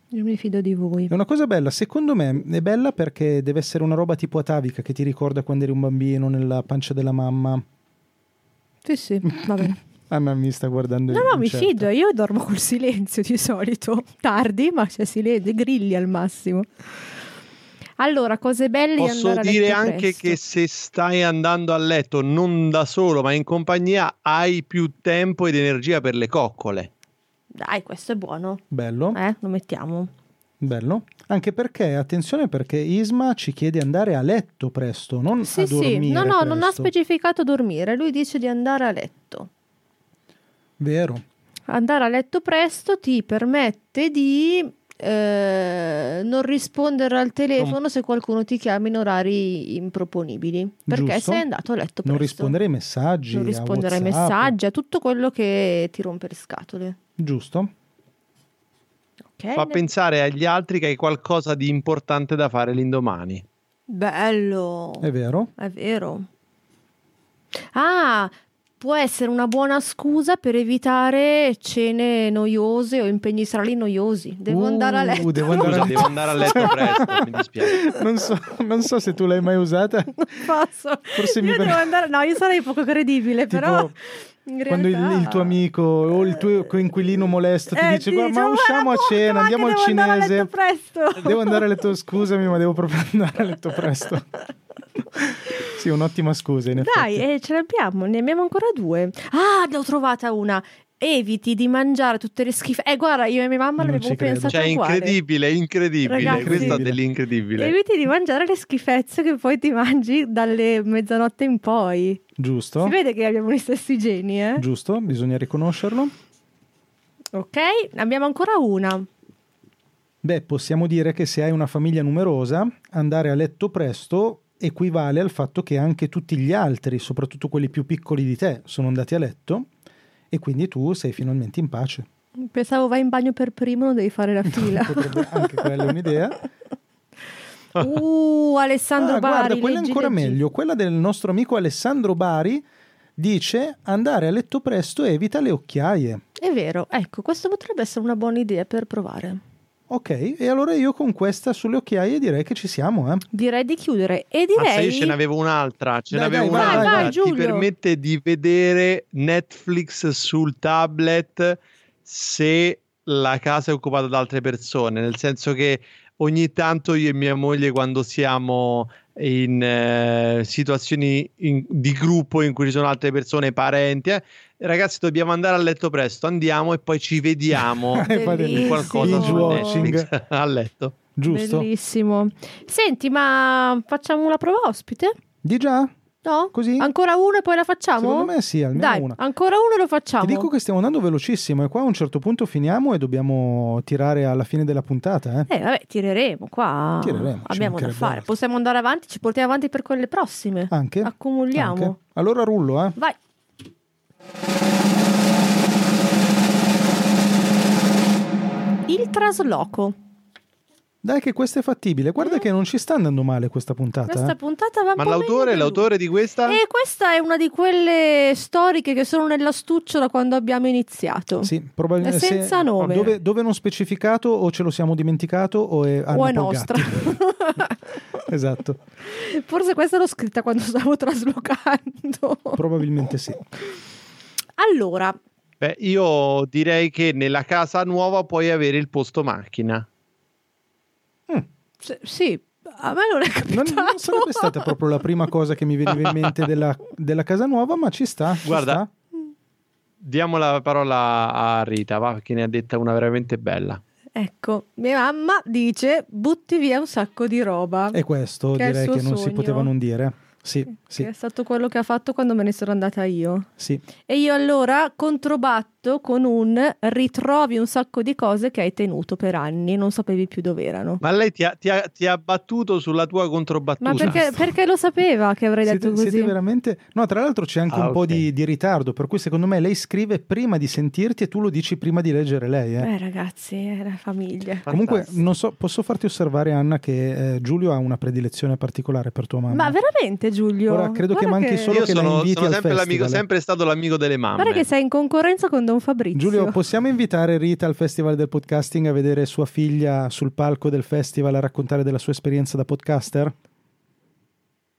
C: Io mi fido di voi.
D: È una cosa bella, secondo me è bella perché deve essere una roba tipo atavica che ti ricorda quando eri un bambino nella pancia della mamma.
C: Sì, sì, va bene.
D: Anna Ah, mi sta guardando.
C: No, no, mi
D: incerta.
C: fido, io dormo col silenzio di solito, tardi, ma c'è silenzio, grilli al massimo. Allora, cose belle
E: Posso
C: andare a
E: dire
C: letto
E: anche
C: presto.
E: che se stai andando a letto non da solo, ma in compagnia, hai più tempo ed energia per le
C: Eh,
E: coccole.
C: Dai, questo è buono,
D: Bello,
C: eh, lo mettiamo.
D: bello. Anche perché, attenzione perché Isma ci chiede di andare a letto presto, non a
C: Sì,
D: dormire
C: sì, no, no, non ha
D: presto.
C: specificato dormire, lui dice di andare a letto.
D: Vero.
C: Andare a letto presto ti permette di eh, non rispondere al telefono se qualcuno ti chiama in orari improponibili, perché
D: Giusto.
C: sei andato a letto presto.
D: Non rispondere ai messaggi.
C: non
D: a
C: rispondere ai
D: WhatsApp.
C: messaggi, a tutto quello che ti rompe le scatole.
D: Giusto.
C: Ok?
E: Fa pensare agli altri che hai qualcosa di importante da fare l'indomani.
C: Bello,
D: È vero.
C: è vero. Ah, può essere una buona scusa per evitare cene noiose o impegni serali noiosi. Devo
D: Uh,
C: andare a letto.
D: devo
C: Non
D: Andare
E: Scusa,
D: a
E: devo
D: letto.
E: andare a letto presto, mi dispiace.
D: Non so, non so se tu l'hai mai usata.
C: posso.
D: Forse
C: io
D: mi
C: devo
D: verrà-
C: andare. No, io sarei poco credibile,
D: Tipo,
C: però. in
D: Quando il,
C: realtà-
D: il tuo amico o il tuo coinquilino molesto ti
C: Eh,
D: dice: Guarda, ma
C: "Guarda,
D: usciamo a
C: porca,
D: cena,
C: ma che
D: andiamo al
C: devo andare a letto
D: cinese.
C: presto."
D: Devo andare a letto, scusami, ma devo proprio andare a letto presto. Sì, un'ottima scusa, in effetti.
C: Dai, eh, ce l'abbiamo, ne abbiamo ancora due. Ah, ne ho trovata una. Eviti di mangiare tutte le schife. Eh, guarda, io e mia mamma
D: Non
C: l'avevo
D: ci credo.
C: pensata
E: Cioè, è
C: uguale.
E: incredibile, incredibile.
C: Ragazzi.
E: Questa ha dell'incredibile.
C: Eviti di mangiare le schifezze che poi ti mangi dalle mezzanotte in poi.
D: Giusto?
C: Si vede che abbiamo gli stessi geni, eh?
D: Giusto, bisogna riconoscerlo.
C: Ok, ne abbiamo ancora una.
D: Beh, possiamo dire che se hai una famiglia numerosa, andare a letto presto equivale al fatto che anche tutti gli altri, soprattutto quelli più piccoli di te, sono andati a letto e quindi tu sei finalmente in pace.
C: Pensavo vai in bagno per primo, non devi fare la fila.
D: Potrebbe anche quella è un'idea.
C: Uh, Alessandro
D: Ah,
C: Bari.
D: guarda, quella è
C: leggi,
D: ancora
C: leggi.
D: meglio. Quella del nostro amico Alessandro Bari dice andare a letto presto evita le occhiaie.
C: È vero, ecco, questo potrebbe essere una buona idea per provare.
D: Ok, e allora io con questa sulle occhiaie direi che ci siamo, eh.
C: Direi di chiudere e
E: Mazza,
C: direi
E: io ce n'avevo un'altra, ce
D: Dai,
E: n'avevo
D: dai, vai,
E: un'altra.
D: vai,
E: Ti
C: Giulio.
E: permette di vedere Netflix sul tablet se la casa è occupata da altre persone, nel senso che ogni tanto io e mia moglie quando siamo in eh, situazioni in- di gruppo in cui ci sono altre persone, parenti, eh, ragazzi dobbiamo andare a letto presto, andiamo e poi ci vediamo
D: Eh, fate
C: Bellissimo.
E: qualcosa
D: binge
E: su
D: watching,
E: Netflix a letto.
D: giusto?
C: bellissimo. Senti, ma facciamo una prova ospite?
D: Di già?
C: No?
D: Così?
C: Ancora una e poi la facciamo?
D: Secondo me sì, almeno
C: Dai,
D: una.
C: ancora una e lo facciamo.
D: Ti dico che stiamo andando velocissimo e qua a un certo punto finiamo e dobbiamo tirare alla fine della puntata, eh.
C: Eh, vabbè, tireremo qua.
D: Tireremo,
C: Abbiamo
D: ci
C: da
D: mancherebbe
C: fare.
D: altro. Ah.
C: Possiamo andare avanti, ci portiamo avanti per quelle prossime.
D: Anche?
C: Accumuliamo.
D: Anche. Allora rullo, eh.
C: Vai. Il trasloco.
D: Dai che questa è fattibile. Guarda che non ci sta andando male questa puntata.
C: Mm. Questa
D: eh.
C: puntata va un
E: Ma
C: po' meglio
E: l'autore,
C: di lui.
E: l'autore di questa?
C: E questa è una di quelle storiche che sono nell'astuccio da quando abbiamo iniziato.
D: Sì, probabilmente
C: Certo. È senza nome.
D: Dove, dove non specificato o ce lo siamo dimenticato o è, Anna
C: o è
D: Polgatti.
C: nostra.
D: esatto,
C: Forse questa l'ho scritta quando stavo traslocando.
D: probabilmente sì.
C: Allora,
E: Beh, io direi che nella casa nuova puoi avere il posto macchina.
C: s- sì, a me non è
D: Non,
C: capitato.
D: non sarebbe stata proprio la prima cosa che mi veniva in mente della, della casa nuova, ma ci sta. ci
E: Guarda,
D: sta.
E: Diamo la parola a Rita, va, che ne ha detta una veramente bella.
C: Ecco, mia mamma dice butti via un sacco di roba.
D: E questo
C: che è il
D: direi
C: suo
D: che non si
C: sogno.
D: poteva non dire. Sì,
C: Che
D: sì,
C: è stato quello che ha fatto quando me ne sono andata io.
D: sì.
C: E io allora controbatto con un ritrovi un sacco di cose che hai tenuto per anni e non sapevi più dove erano.
E: Ma lei ti ha, ti ha- ti ha battuto sulla tua controbattuta.
C: Ma perché, perché lo sapeva che avrei detto
D: Siete,
C: così?
D: siete veramente... No, tra l'altro c'è anche
E: Ah,
D: un po'
E: ok.
D: di, di ritardo, per cui secondo me lei scrive prima di sentirti e tu lo dici prima di leggere lei. eh.
C: Eh ragazzi, è la famiglia.
D: Comunque,
E: Fantastico.
D: non so, posso farti osservare, Anna, che eh, Giulio ha una predilezione particolare per tua mamma.
C: Ma veramente Giulio?
D: Ora, credo che
C: Guarda
D: manchi solo
E: io
D: che la
E: sono,
D: inviti
E: sono
D: al
E: sempre, l'amico,
D: festival. eh.
E: sempre stato l'amico delle mamme.
C: Guarda che sei in concorrenza con Don Fabrizio.
D: Giulio, possiamo invitare Rita al Festival del Podcasting a vedere sua figlia sul palco del festival a raccontare della sua esperienza da podcaster?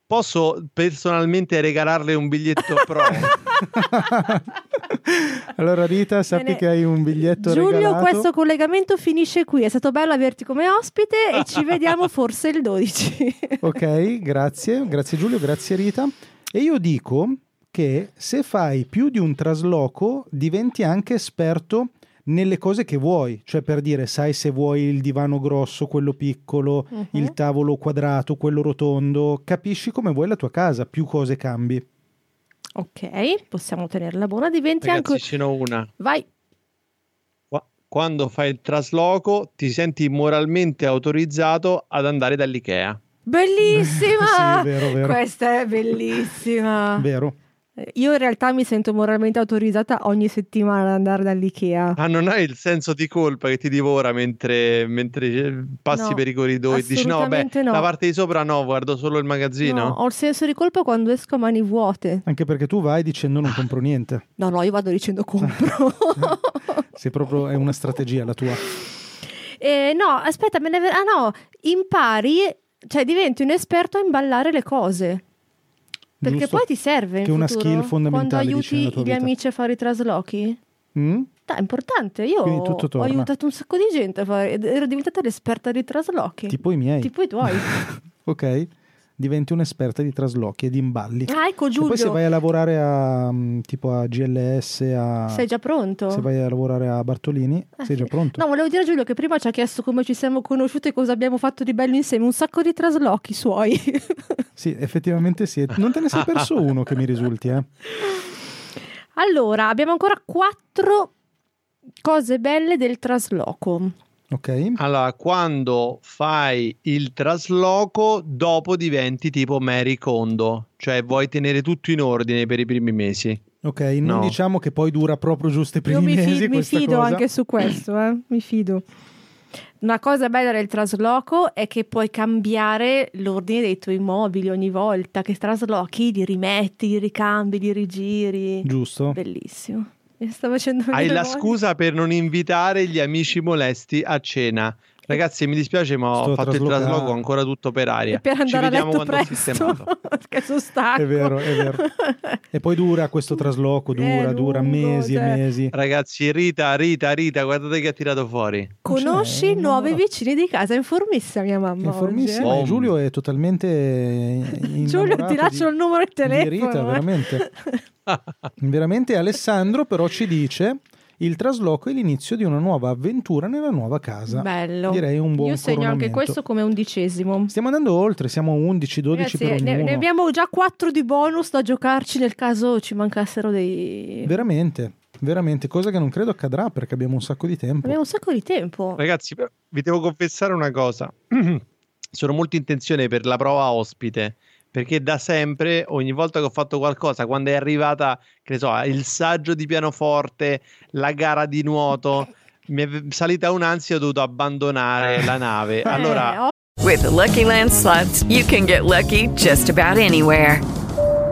E: Posso personalmente regalarle un biglietto pro?
D: Allora, Rita, sappi
C: Bene.
D: che hai un biglietto
C: Giulio,
D: regalato.
C: questo collegamento finisce qui. È stato bello averti come ospite e ci vediamo forse il 12.
D: Ok, grazie, grazie Giulio, grazie Rita. E io dico che se fai più di un trasloco diventi anche esperto nelle cose che vuoi, cioè per dire sai se vuoi il divano grosso, quello piccolo, il tavolo quadrato, quello rotondo, capisci come vuoi la tua casa, più cose cambi.
C: ok, possiamo tenerla buona. Diventi
E: Ragazzi,
C: anche.
E: ce n'ho una.
C: Vai.
E: Qua- Quando fai il trasloco ti senti moralmente autorizzato ad andare dall'Ikea.
C: Bellissima!
D: Sì, vero, vero.
C: Questa è bellissima. Eh,
D: Vero?
C: Io in realtà mi sento moralmente autorizzata ogni settimana ad andare dall'IKEA.
E: Ah, non hai il senso di colpa che ti divora mentre, mentre eh, passi
C: No,
E: per i corridoi. Dici no, vabbè,
C: assolutamente no.
E: la parte di sopra no, guardo solo il magazzino.
C: No, ho il senso di colpa quando esco a mani vuote.
D: Anche perché tu vai dicendo non compro niente.
C: No, no, io vado dicendo compro.
D: Se proprio è una strategia la tua.
C: Eh, no, aspetta, me ne ver- ah no, impari, cioè diventi un esperto a imballare le cose. Perché
D: Giusto?
C: poi ti serve in
D: Che è una
C: futuro,
D: skill fondamentale,
C: quando
D: dici, nella
C: aiuti
D: tua
C: gli
D: vita.
C: amici a fare i traslochi.
D: Mm?
C: Dai, è importante. Io
D: Quindi tutto
C: ho
D: torna.
C: aiutato un sacco di gente a fare, ero diventata l'esperta dei traslochi.
D: Tipo i miei.
C: Tipo i tuoi.
D: Ok? diventi un'esperta di traslochi e di imballi.
C: Ah, ecco
D: E
C: Giulio,
D: Cioè, poi se vai a lavorare a mm, tipo a GLS, a,
C: sei già pronto? Ah,
D: se vai a lavorare a Bartolini, sei già pronto.
C: No, volevo dire a Giulio che prima ci ha chiesto come ci siamo conosciute e cosa abbiamo fatto di bello insieme, un sacco di traslochi suoi.
D: Sì, effettivamente sì. Non te ne sei perso uno che mi risulti, eh.
C: allora, abbiamo ancora quattro cose belle del trasloco.
D: Ok.
E: Allora, quando fai il trasloco, dopo diventi tipo Mary Kondo, cioè vuoi tenere tutto in ordine per i primi mesi.
D: Ok, non
E: No.
D: diciamo che poi dura proprio giusto i primi
C: Io mi, fi-
D: mesi
C: mi
D: questa
C: fido
D: cosa.
C: anche su questo, eh, mi fido. Una cosa bella del trasloco è che puoi cambiare l'ordine dei tuoi mobili ogni volta che traslochi, li rimetti, li ricambi, li rigiri.
D: Giusto.
C: Bellissimo. Mi sta facendo
E: Hai
C: venire
E: la
C: voglia.
E: scusa per non invitare gli amici molesti a cena. Ragazzi, mi dispiace, ma ho
D: Sto
E: fatto il
D: traslocando.
E: trasloco ancora tutto per aria.
C: E per
E: Ci
C: andare a
E: vediamo
C: letto
E: quando ho
C: presto,
E: sistemato.
C: perché sono stanco.
D: È vero, è vero. E poi dura questo trasloco,
C: È
D: dura, dura
C: Eh, lungo,
D: mesi
C: cioè.
D: e mesi.
E: Ragazzi, Rita, Rita, Rita, guardate che ha tirato fuori.
C: Conosci
D: Cioè, no.
C: nuovi vicini di casa, informissa mia mamma.
D: È informissimo.
E: oggi,
D: e
E: eh.
D: Giulio è totalmente
C: cioè. Giulio, ti
D: Oh, innamorato
C: lascio
D: di-
C: il numero di telefono,
D: di Rita,
C: eh.
D: veramente. veramente Alessandro però ci dice il trasloco è l'inizio di una nuova avventura nella nuova casa.
C: Bello.
D: Direi un buon
C: Io segno anche
D: coronamento.
C: questo come undicesimo.
D: Stiamo andando oltre, siamo a 11, 12
C: Ragazzi,
D: per
C: ne,
D: ognuno.
C: ne abbiamo già quattro di bonus da giocarci nel caso ci mancassero dei...
D: Veramente, veramente, cosa che non credo accadrà perché abbiamo un sacco di tempo.
C: Abbiamo un sacco di tempo.
E: Ragazzi, però, vi devo confessare una cosa. Sono molto in tensione per la prova ospite, perché da sempre, ogni volta che ho fatto qualcosa, quando è arrivata, che ne so, il saggio di pianoforte, la gara di nuoto, mi è salita un'ansia, ho dovuto abbandonare la nave.
C: Eh,
E: Allora,
C: oh,
F: With the Lucky Land slots, you can get lucky just about anywhere.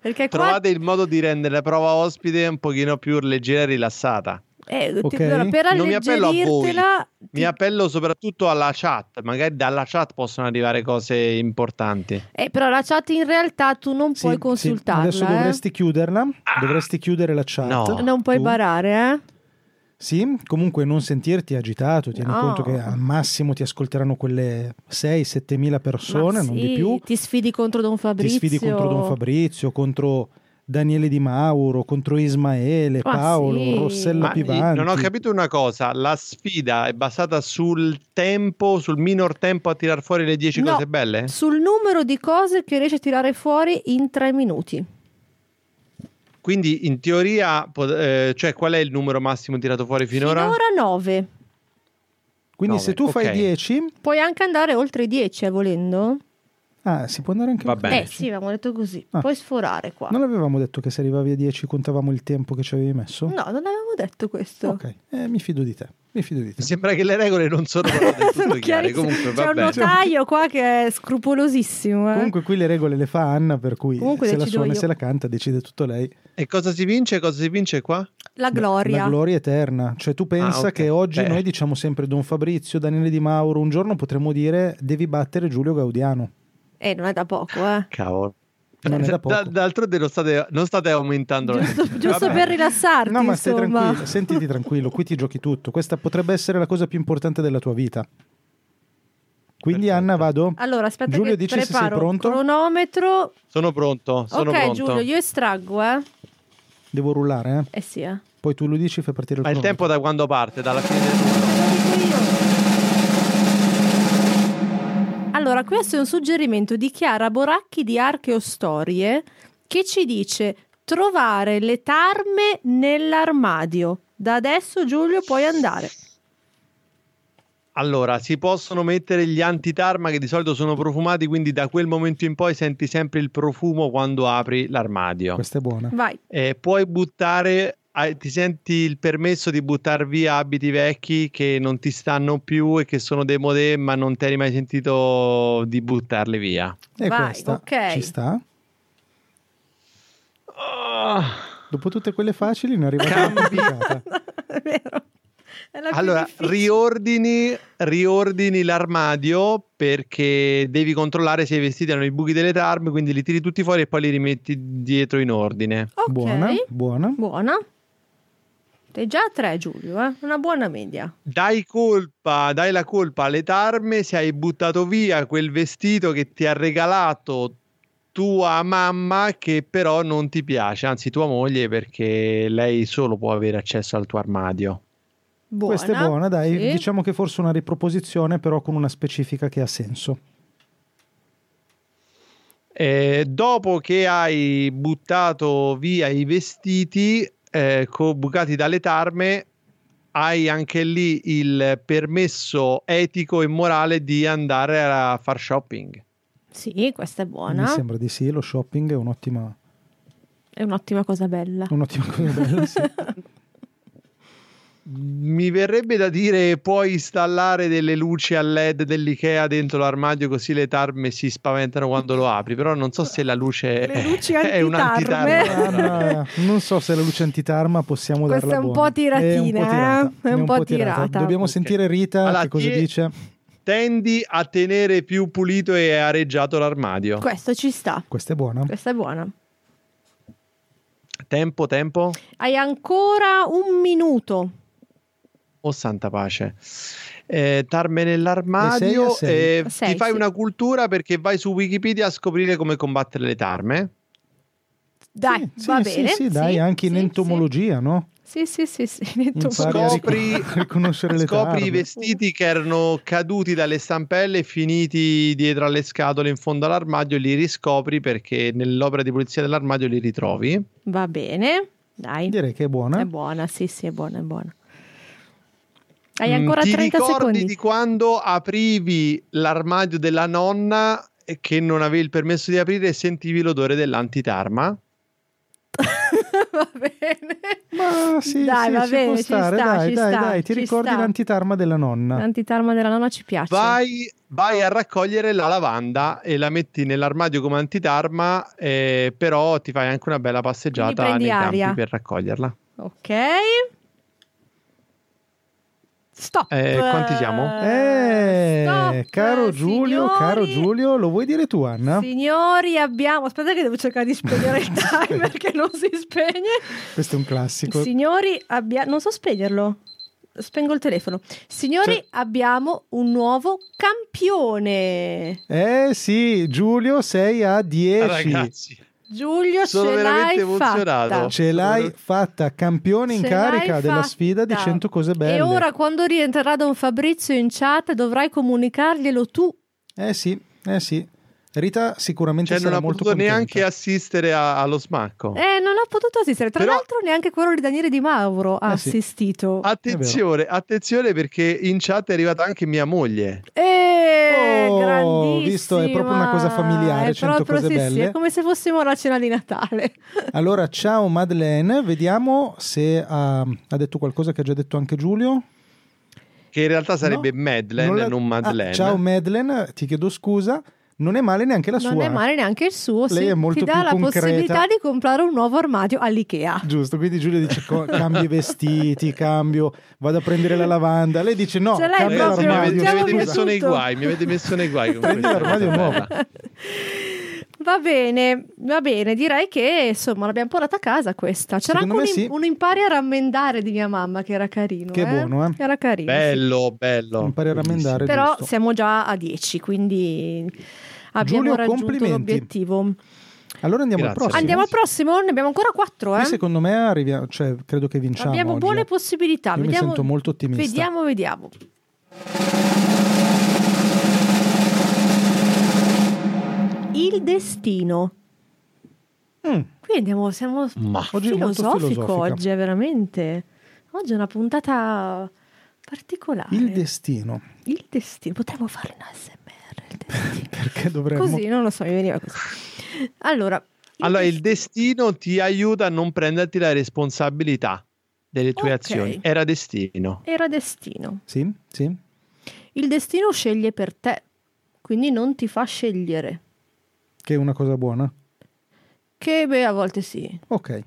C: Perché qua...
E: trovate il modo di rendere la prova ospite un pochino più leggera e rilassata.
C: eh, ti-
D: Ok.
C: allora, per
E: Non mi appello a voi,
C: alleggerirtela...
E: mi appello soprattutto alla chat, magari dalla chat possono arrivare cose importanti.
C: Eh, però la chat in realtà tu non
D: Sì,
C: puoi
D: sì,
C: consultarla.
D: Adesso
C: eh.
D: dovresti chiuderla, dovresti chiudere la chat.
E: No.
C: Non puoi
D: Tu?
C: barare, eh.
D: Sì, comunque non sentirti agitato, tieni
C: No.
D: conto che al massimo ti ascolteranno quelle 6-7 mila persone,
C: Ma
D: non
C: sì,
D: di più.
C: Ti sfidi contro Don
D: Ti
C: Fabrizio.
D: sfidi contro Don Fabrizio, contro Daniele Di Mauro, contro Ismaele,
C: Ma
D: Paolo,
C: sì.
D: Rossella
E: Ma i-
D: Pivanti.
E: non ho capito una cosa, la sfida è basata sul tempo, sul minor tempo a tirar fuori le 10
C: No,
E: cose belle?
C: Sul numero di cose che riesci a tirare fuori in tre minuti.
E: Quindi in teoria, pot- eh, cioè qual è il numero massimo tirato fuori finora?
C: Finora 9.
D: Quindi
E: No,
D: se tu
E: ok.
D: fai 10,
C: Puoi anche andare oltre i 10, eh, volendo.
D: ah, si può andare anche
E: Va
D: oltre
E: bene.
C: Eh
D: 10.
C: sì, avevamo detto così.
D: Ah.
C: Puoi sforare qua.
D: Non avevamo detto che se arrivavi a 10 contavamo il tempo che ci avevi messo?
C: No, non avevamo detto questo.
D: Ok, eh, mi fido di te. Mi fido di te.
E: Mi sembra che le regole non sono proprio del tutto
C: Sono
E: chiare,
C: chiarissimo.
E: comunque
C: C'è
E: va
C: un
E: bene.
C: notaio qua che è scrupolosissimo. eh.
D: Comunque qui le regole le fa Anna, per cui
C: Comunque
D: se la
C: decido
D: suona e
C: io.
D: se la canta decide tutto lei.
E: E cosa si vince? Cosa si vince qua?
C: La gloria.
D: La gloria eterna. Cioè tu pensa
E: Ah, ok.
D: che oggi
E: Beh.
D: noi diciamo sempre Don Fabrizio, Daniele Di Mauro, un giorno potremmo dire devi battere Giulio Gaudiano.
C: Eh, non è da poco, eh.
E: Cavolo.
D: Non è da
E: Eh, Da-
D: poco.
E: d'altronde non state, non state aumentando la
C: Giusto, giusto
E: Vabbè.
C: per rilassarti,
D: no, ma stai
C: insomma.
D: tranquillo, sentiti tranquillo, qui ti giochi tutto. Questa potrebbe essere la cosa più importante della tua vita. Quindi Anna vado.
C: Allora, aspetta
D: Giulio
C: che
D: dice se
C: preparo
D: sei pronto.
C: un cronometro.
E: Sono pronto, sono
C: ok,
E: pronto.
C: Giulio, io estraggo, eh.
D: Devo rullare, eh?
C: Eh sì, eh.
D: Poi tu lo dici e fai partire il
E: Ma il
D: cronometro.
E: tempo da quando parte? Dalla fine del...
C: Allora, questo è un suggerimento di Chiara Boracchi di Archeo Storie che ci dice trovare le tarme nell'armadio. Da adesso Giulio puoi andare.
E: Allora, si possono mettere gli antitarma che di solito sono profumati, quindi da quel momento in poi senti sempre il profumo quando apri l'armadio.
D: Questa è buona.
C: Vai.
E: Eh, puoi buttare, hai- ti senti il permesso di buttare via abiti vecchi che non ti stanno più e che sono demodè, ma non ti eri mai sentito di buttarli via.
D: E
C: Vai,
D: questa
C: ok.
D: ci sta.
E: Ah, Ah.
D: Dopo tutte quelle facili ne è arrivata una
E: Cambi.
D: complicata.
C: È vero. È la più
E: Allora,
C: difficile.
E: riordini, riordini l'armadio perché devi controllare se i vestiti hanno i buchi delle tarme, quindi li tiri tutti fuori e poi li rimetti dietro in ordine.
C: Ok.
D: Buona, buona.
C: Buona. Sei già a tre, Giulio, eh? una buona media.
E: Dai colpa, dai la colpa alle tarme se hai buttato via quel vestito che ti ha regalato tua mamma che però non ti piace, anzi tua moglie perché lei solo può avere accesso al tuo armadio.
C: Buona.
D: Questa è buona, dai.
C: sì.
D: Diciamo che forse una riproposizione, però con una specifica che ha senso.
E: Eh, dopo che hai buttato via i vestiti eh, co- bucati dalle tarme, hai anche lì il permesso etico e morale di andare a far shopping.
C: Sì, questa è buona.
D: Mi sembra di sì, lo shopping è un'ottima,
C: È un'ottima cosa bella.
D: un'ottima cosa bella. sì.
E: Mi verrebbe da dire puoi installare delle luci a LED dell'IKEA dentro l'armadio così le tarme si spaventano quando lo apri, però non so se la luce
C: Le luci
E: è
C: antitarme.
E: un'antitarma.
D: Ah, no, non so se la luce antitarma possiamo
C: Questa
D: darla
C: è un
D: buona.
C: po' tiratina, eh? È un po' tirata.
D: Dobbiamo
E: Ok.
D: sentire Rita
E: Allora,
D: che cosa
E: ti-
D: dice.
E: Tendi a tenere più pulito e areggiato l'armadio.
C: Questo ci sta.
D: Questa è buona.
C: Questa è buona.
E: Tempo, tempo.
C: Hai ancora un minuto.
E: Oh santa pace. Eh, tarme
D: Le sei a
E: nell'armadio.
D: sei.
E: eh,
C: A sei,
E: ti fai
C: sì.
E: una cultura perché vai su Wikipedia a scoprire come combattere le tarme.
C: Dai,
D: Sì,
C: va
D: sì,
C: bene.
D: Sì, sì, dai, anche in
C: sì,
D: entomologia, no?
C: Sì, sì, sì, sì, in entomologia.
D: Impari a
E: Scopri-
D: ricon- riconoscere le
E: Scopri i
D: tarme.
E: vestiti che erano caduti dalle stampelle e finiti dietro alle scatole in fondo all'armadio. Li riscopri perché nell'opera di pulizia dell'armadio li ritrovi.
C: Va bene. Dai.
D: Direi che è buona.
C: È buona, sì, sì, è buona, è buona. Hai
E: Mm,
C: ancora
E: Ti
C: 30
E: ricordi
C: secondi.
E: di quando aprivi l'armadio della nonna e che non avevi il permesso di aprire e sentivi l'odore dell'antitarma?
C: va bene.
D: Ma sì,
C: Dai,
D: sì,
C: va
D: ci
C: bene,
D: può
C: ci
D: stare,
C: sta,
D: dai,
C: ci
D: dai,
C: sta,
D: dai, ti
C: ci
D: ricordi
C: sta.
D: l'antitarma della nonna?
C: L'antitarma della nonna ci piace.
E: Vai, vai a raccogliere la lavanda e la metti nell'armadio come antitarma, eh, però ti fai anche una bella passeggiata
C: Quindi
E: nei
C: prendi aria.
E: campi per raccoglierla.
C: Ok. Stop.
E: Eh, quanti siamo?
D: Eh,
C: Stop,
D: caro Giulio,
C: signori.
D: caro Giulio, lo vuoi dire tu, Anna?
C: Signori, abbiamo. Aspetta, che devo cercare di spegnere il timer che non si spegne.
D: Questo è un classico.
C: Signori, abbiamo. Non so spegnerlo. Spengo il telefono. Signori,
D: Sì.
C: abbiamo un nuovo campione.
D: Eh sì, Giulio, sei a 10.
E: Ragazzi,
C: Giulio,
E: Sono
C: ce
E: veramente
C: l'hai
E: funzionato.
C: fatta.
D: Ce l'hai fatta, campione in
C: Ce
D: carica
C: l'hai
D: della
C: fatta.
D: sfida di 100 cose belle.
C: E ora quando rientrerà Don Fabrizio in chat dovrai comunicarglielo tu.
D: Eh sì, eh sì. Rita sicuramente
E: cioè, non
D: sarà
E: ha
D: molto
E: potuto
D: contenta.
E: neanche assistere a- allo smacco.
C: Eh, non ho potuto assistere. Tra
E: Però-
C: l'altro neanche quello di Daniele Di Mauro ha
D: Eh sì.
C: assistito.
E: Attenzione, attenzione perché in chat è arrivata anche mia moglie.
C: Eh,
D: Oh,
C: grandissima.
D: visto, è proprio una cosa familiare,
C: È
D: 100
C: proprio-
D: cose
C: sì, sì,
D: belle.
C: è come se fossimo alla cena di Natale.
D: Allora, ciao Madeleine, vediamo se ha, ha detto qualcosa che ha già detto anche Giulio.
E: Che in realtà sarebbe
D: No,
E: Madeleine, non,
D: la- Ah,
E: Madeleine.
D: ciao Madeleine, ti chiedo scusa. Non è male neanche la
C: non
D: sua.
C: è male neanche il suo.
D: Lei
C: sì.
D: è molto
C: Ti dà
D: più
C: la
D: concreta.
C: possibilità di comprare un nuovo armadio all'IKEA.
D: Giusto, quindi Giulio dice co- cambio i vestiti, cambio, vado a prendere la lavanda. Lei dice no,
C: Ce l'hai
D: cambio
E: Ragazzi, Eh, mi avete,
D: l'armadio.
E: mi
C: Siamo
E: avete
C: piaciuto.
E: messo nei guai, mi avete messo nei guai con
D: Prendi
E: questa
D: l'armadio
E: cosa
D: nuovo.
E: bella.
C: Va bene, va bene, direi che insomma l'abbiamo portata a casa questa. C'era
D: Secondo
C: anche un,
D: me sì.
C: un impari a rammendare di mia mamma che era carino.
D: Che
C: eh?
D: buono, eh?
C: Era carino. sì.
E: Bello, bello.
D: Impari a rammendare.
C: Però
D: giusto.
C: siamo già a 10, quindi abbiamo
D: Giulio,
C: raggiunto
D: complimenti.
C: l'obiettivo.
D: Allora andiamo al
E: Grazie.
D: prossimo.
C: Andiamo al prossimo, ne abamo ancora 4.
D: Qui
C: Eh?
D: secondo me arriviamo, cioè credo che vinciamo
C: Abbiamo
D: oggi. eh.
C: buone possibilità.
D: Io mi
C: vediamo,
D: sento molto ottimista.
C: Vediamo, vediamo. Il destino.
D: Mm.
C: Qui andiamo, siamo
E: Ma.
D: Oggi è molto
C: filosofico
D: filosofica.
C: oggi, è veramente. Oggi è una puntata particolare.
D: Il destino.
C: Il destino. Potremmo fare un ASMR. Il destino.
D: Perché dovremmo
C: così, non lo so, mi veniva così. Allora, il
E: Allora, il
C: destino-
E: destino ti aiuta a non prenderti la responsabilità delle tue
C: Ok.
E: azioni. Era destino.
C: era destino.
D: Sì, sì.
C: Il destino sceglie per te, quindi non ti fa scegliere.
D: Che è una cosa buona.
C: Che beh, a volte sì.
D: Ok.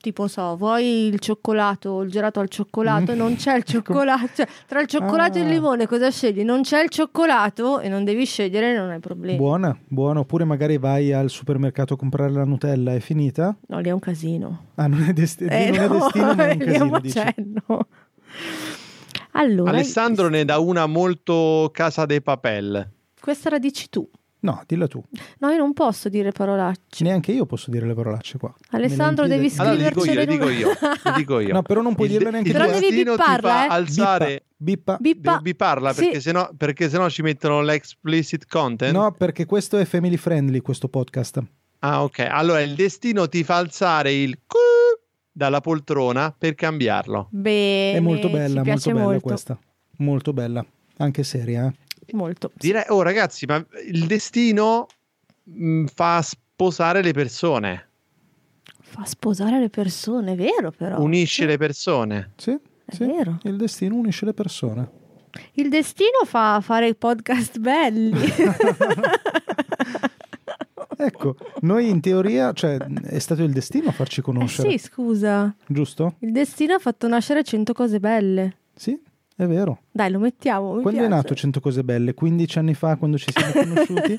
C: tipo so, vuoi il cioccolato, il gelato al cioccolato, non c'è il cioccolato, cioè, tra il cioccolato e il
D: Mm. Ecco. Ah.
C: limone cosa scegli? Non c'è il cioccolato e non devi scegliere, non hai problemi.
D: Buona, buona. Oppure magari vai al supermercato a comprare la Nutella, è finita?
C: no, lì è un casino.
D: Ah, non è, desti-
C: Eh,
D: non è
C: no, cioè.
D: destino, ma è un
C: lì è un
D: casino, dici.
C: macello. Allora,
E: Alessandro ne dà una molto casa dei papel.
C: questa la dici tu.
D: No, dilla tu.
C: No, io non posso dire parolacce.
D: Neanche io posso dire le parolacce qua.
C: Cioè. Alessandro,
D: Me le
C: devi
D: impide-
E: Allora le dico io,
C: Scrivercele
E: le dico
C: in
E: io,
C: un-
E: le dico io.
D: No, però non puoi
E: Il
D: dirle
E: de-
D: neanche
E: il
C: Però
D: tu.
C: devi
E: destino ti
C: bipparla,
E: fa
C: eh.
E: alzare
D: Bippa. Bippa.
C: Bippa.
E: Devo biparla
C: Sì.
E: perché sennò, perché sennò ci mettono l'explicit content.
D: No, perché questo è family friendly, questo podcast.
E: Ah, ok. Allora il destino ti fa alzare il cu dalla poltrona per cambiarlo.
C: Bene,
D: è molto
C: ci
D: bella, molto
C: piace
D: bella
C: molto,
D: questa. Molto bella. Anche seria, eh.
C: molto.
E: Direi, oh ragazzi, ma il destino mh, fa sposare le persone,
C: Fa sposare le persone, è vero però.
E: unisce le persone.
D: Sì,
C: È
D: sì.
C: vero.
D: Il destino unisce le persone.
C: Il destino fa fare i podcast belli. Eh
D: Ecco, noi in teoria, cioè, è stato il destino a farci
C: Eh
D: conoscere,
C: sì, scusa.
D: giusto?
C: Il destino ha fatto nascere 100 cose belle.
D: Sì, è vero.
C: Dai, lo mettiamo. mi
D: quando è
C: piace.
D: nato 100 cose belle? 15 anni fa quando ci siamo conosciuti?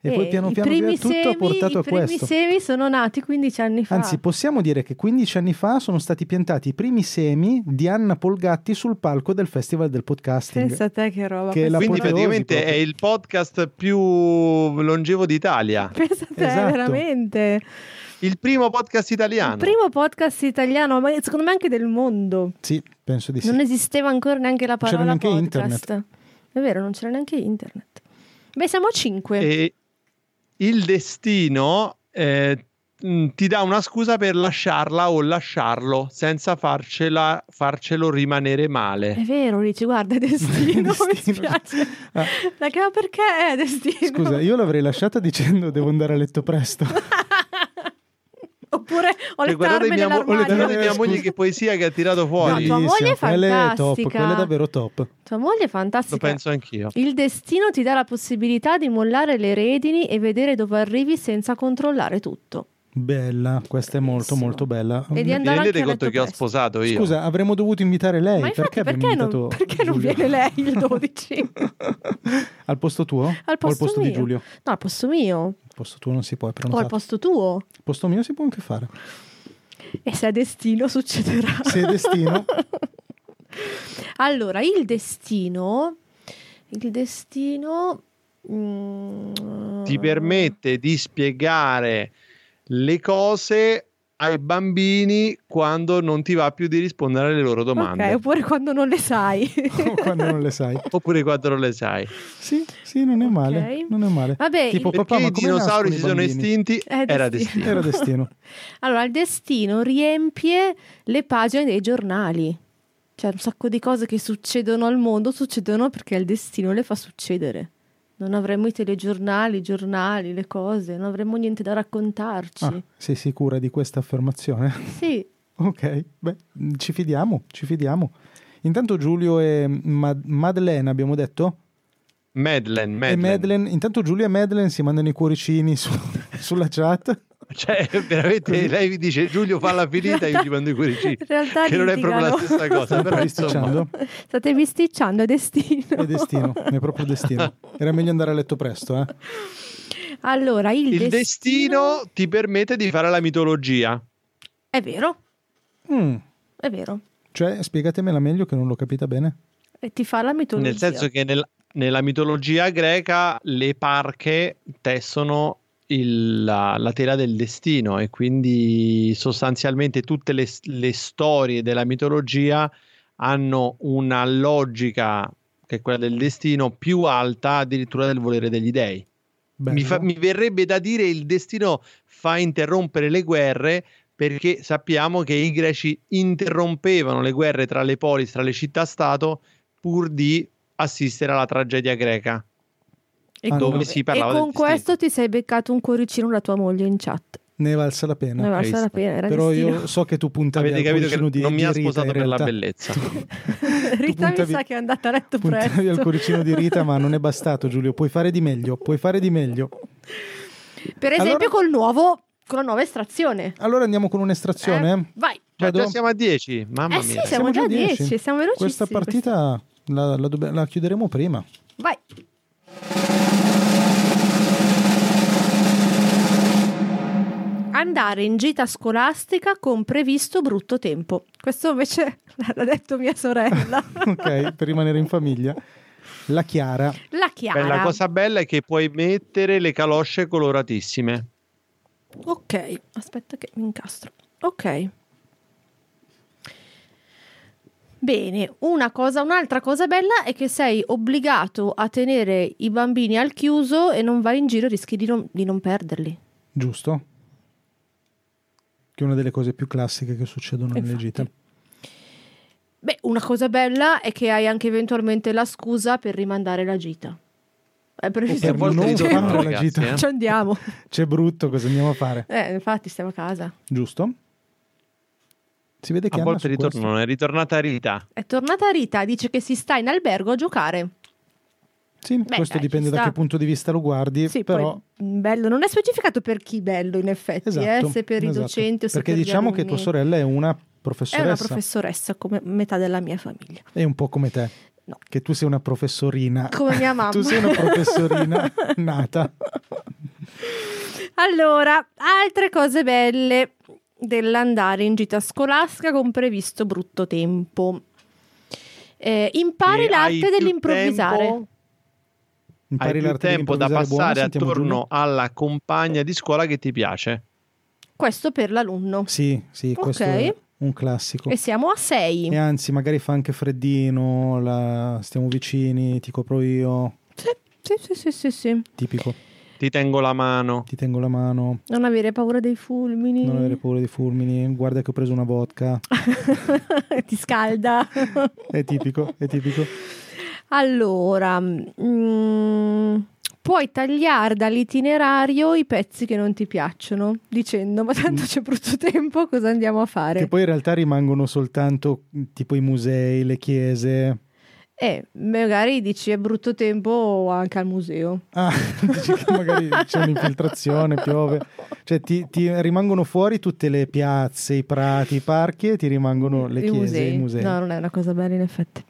D: e poi
C: Eh,
D: piano
C: i
D: piano
C: primi
D: via, tutto ha
C: semi-
D: portato a
C: I
D: questo.
C: primi semi sono nati 15 anni fa.
D: Anzi, possiamo dire che 15 anni fa sono stati piantati i primi semi di Anna Polgatti sul palco del Festival del Podcasting.
C: Pensa a te che roba.
D: Che è la
E: Quindi
D: L'apoteosi
E: praticamente
D: proprio.
E: è il podcast più longevo d'Italia,
C: Pensa a te,
D: Esatto.
C: veramente.
E: il primo podcast
C: Il
E: italiano.
C: primo podcast italiano, ma secondo me anche del mondo.
D: Sì, penso di sì.
C: Non esisteva ancora neanche la
D: c'era
C: parola
D: neanche
C: podcast. È vero, non c'era neanche internet. Beh, siamo a 5.
D: Eh.
E: e il destino eh, mh, ti dà una scusa per lasciarla o lasciarlo senza farcela, farcelo rimanere male.
C: È vero, dici, guarda, è destino, mi
D: Destino.
C: spiace.
D: Ah.
C: La chiama perché è destino?
D: Scusa, io l'avrei lasciata dicendo devo andare a letto presto.
C: Oppure ho
E: Cioè,
C: le
E: guardate
C: tarme
E: mia, mo-
D: ho le
C: nell'armadio.
D: tarme
E: guardate mia
D: Scusa.
E: moglie che poesia che ha tirato
C: No,
E: fuori.
C: tua moglie è
D: Quella è top,
C: fantastica.
D: quella è davvero top.
C: Tua moglie è
E: Lo
C: fantastica.
E: penso anch'io.
C: Il destino ti dà la possibilità di mollare le redini e vedere dove arrivi senza controllare tutto.
D: Bella, questa è molto
C: Bellissimo.
D: molto bella. Mm.
C: E di
E: Vi
C: andare anche
E: rendete
C: a
E: conto
C: letto
E: che ho
C: presto.
E: sposato io?
D: Scusa, avremmo dovuto invitare lei.
C: Ma infatti
D: Eh, perché abbiamo
C: perché, non,
D: invitato
C: perché non
D: Giulio?
C: viene lei il 12?
D: al posto tuo?
C: Al
D: o
C: posto
D: al posto
C: mio.
D: di Giulio?
C: No, al posto mio
D: Al posto tuo non si può, è
C: o al
D: prenotato.
C: posto tuo.
D: Al posto mio si può anche fare.
C: E se è destino succederà.
D: Se è destino.
C: allora, il destino... Il destino... mm,
E: Ti permette di spiegare le cose ai bambini quando non ti va più di rispondere alle loro domande.
C: Ok, oppure quando non le sai.
D: o quando non le sai.
E: Oppure quando non le sai.
D: Sì, sì, non è
C: Ok.
D: male. Non è male.
C: Vabbè,
D: tipo,
C: il-
E: Perché
D: papà, ma
E: i
D: come nascono
E: dinosauri
D: i
E: si sono
D: bambini?"
E: estinti?
C: È destino.
E: Era destino.
D: Era destino.
C: Allora, il destino riempie le pagine dei giornali. Cioè, un sacco di cose che succedono al mondo succedono perché il destino le fa succedere. Non avremmo i telegiornali, i giornali, le cose, non avremmo niente da raccontarci.
D: Ah, sei sicura di questa affermazione?
C: Sì,
D: Ok, beh, mh, ci fidiamo, ci fidiamo. Intanto Giulio e Mad- Madeleine abbiamo detto?
E: Madeleine,
D: E
E: Madeleine.
D: Madeleine, intanto Giulio e Madeleine si mandano i cuoricini su- sulla chat.
E: Cioè, veramente, lei mi dice Giulio fa la finita io gli mando i cuoricini.
C: In realtà
E: Che non è proprio la
C: litigano.
E: stessa cosa, però
D: Stai
E: insomma.
D: sticciando?
C: state bisticciando, è destino.
D: È destino, è proprio destino. Era meglio andare a letto presto, eh?
C: Allora, il,
E: Il destino ti permette di fare la mitologia.
C: È vero,
D: Mm,
C: è vero.
D: Cioè, spiegatemela meglio che non l'ho capita bene.
C: E ti fa la mitologia.
E: Nel senso che nel- nella mitologia greca le parche tessono il- la, la tela del destino e quindi sostanzialmente tutte le, le storie della mitologia hanno una logica che è quella del destino più alta addirittura del volere degli dei. Mi,
D: Bello.
E: fa- mi verrebbe da dire il destino fa interrompere le guerre perché sappiamo che i greci interrompevano le guerre tra le polis, tra le città-stato, pur di assistere alla tragedia greca.
C: E
D: Ah,
E: dove
D: no.
E: si
C: e
E: parlava del
C: con
E: destino.
C: questo ti sei beccato un cuoricino da tua moglie in chat.
D: Ne è valsa la pena.
C: Ne valsa
E: Cristo.
C: la pena, era
D: Però
C: destino.
D: io so che tu puntavi
E: Avete
D: al
E: capito
D: cuoricino
E: che
D: di
E: non mi
D: di
E: ha
D: Rita,
E: sposato
D: in
E: per la
D: realtà.
E: bellezza.
C: Rita
D: Tu
C: mi
D: puntavi-
C: sa che è andata a letto
D: Puntavi al
C: presto.
D: cuoricino di Rita, ma non è bastato, Giulio. Puoi fare di meglio, puoi fare di meglio.
C: Per esempio
D: Allora-
C: col nuovo con la nuova estrazione.
D: Allora andiamo con un'estrazione?
C: Eh, vai.
E: Cioè,
D: Vado?
E: già siamo a 10. Mamma
C: Eh sì,
E: mia.
C: siamo già
D: a
C: a 10, siamo velocissimi
D: Questa partita la, la dobbiamo- la chiuderemo prima.
C: Vai. Andare in gita scolastica con previsto brutto tempo. Questo invece l'ha detto mia sorella.
D: ok, per rimanere in famiglia. La Chiara.
C: La Chiara.
E: Beh, la cosa bella è che puoi mettere le calosce coloratissime.
C: Ok, aspetta che mi incastro. Ok. Bene, una cosa, un'altra cosa bella è che sei obbligato a tenere i bambini al chiuso e non vai in giro e rischi di non, di non perderli.
D: Giusto? Che è una delle cose più classiche che succedono nelle
C: Infatti.
D: gite.
C: Beh, una cosa bella è che hai anche eventualmente la scusa per rimandare la gita. È previsto
D: Per
E: a volte
C: brutto
D: non
E: ritornano,
D: fare la
E: ragazzi,
D: gita. Cioè,
E: eh.
C: Ci andiamo.
D: C'è brutto, cosa andiamo a fare?
C: Eh, infatti stiamo a casa.
D: Giusto? Si vede che
E: A
D: Anna
E: volte
D: su questo-
E: ritornano, è ritornata Rita.
C: È tornata Rita, dice che si sta in albergo a giocare.
D: Sì, questo
C: dai, ci
D: dipende da
C: sta.
D: che punto di vista lo guardi,
C: Sì,
D: però
C: poi, mh, bello, non è specificato per chi bello in effetti,
D: esatto,
C: eh, se per i
D: esatto.
C: docenti o se
D: Perché
C: per gli
D: diciamo che
C: alunni.
D: tua sorella è una
C: è una
D: professoressa,
C: professoressa come metà della mia famiglia.
D: è un po' come te.
C: No.
D: Che tu sei una professorina.
C: Come mia mamma.
D: tu sei una professorina nata.
C: Allora, altre cose belle dell'andare in gita scolastica con previsto brutto tempo. Eh, impari
E: E hai
C: l'arte
E: più
C: dell'improvvisare.
E: tempo-
D: Impari
E: hai più
D: l'arte
E: tempo da
D: dell'improvvisare buona,
E: passare
D: sentiamo
E: attorno
D: Giulia.
E: alla compagna di scuola che ti piace.
C: Questo per l'alunno.
D: Sì, sì, questo è
C: Ok. Eh
D: un classico.
C: E siamo a 6.
D: E anzi, magari fa anche freddino, la- stiamo vicini, ti copro io,
C: Sì, sì, sì, sì, sì, sì.
D: tipico,
E: Ti tengo la mano.
D: ti tengo la mano,
C: Non avere paura dei fulmini.
D: non avere paura dei fulmini, guarda che ho preso una vodka,
C: Ti scalda.
D: è tipico, è tipico.
C: Allora, mm, puoi tagliare dall'itinerario i pezzi che non ti piacciono, dicendo ma tanto c'è brutto tempo, cosa andiamo a
D: Mm. Che
C: fare?
D: poi in realtà rimangono soltanto mh, tipo i musei, le chiese.
C: Eh, magari dici è brutto tempo anche al museo.
D: Ah, dici che magari c'è un'infiltrazione, piove. Cioè ti, ti rimangono fuori tutte le piazze, i prati, i parchi e ti rimangono le
C: I
D: chiese,
C: musei.
D: i musei.
C: No, non è una cosa bella in effetti.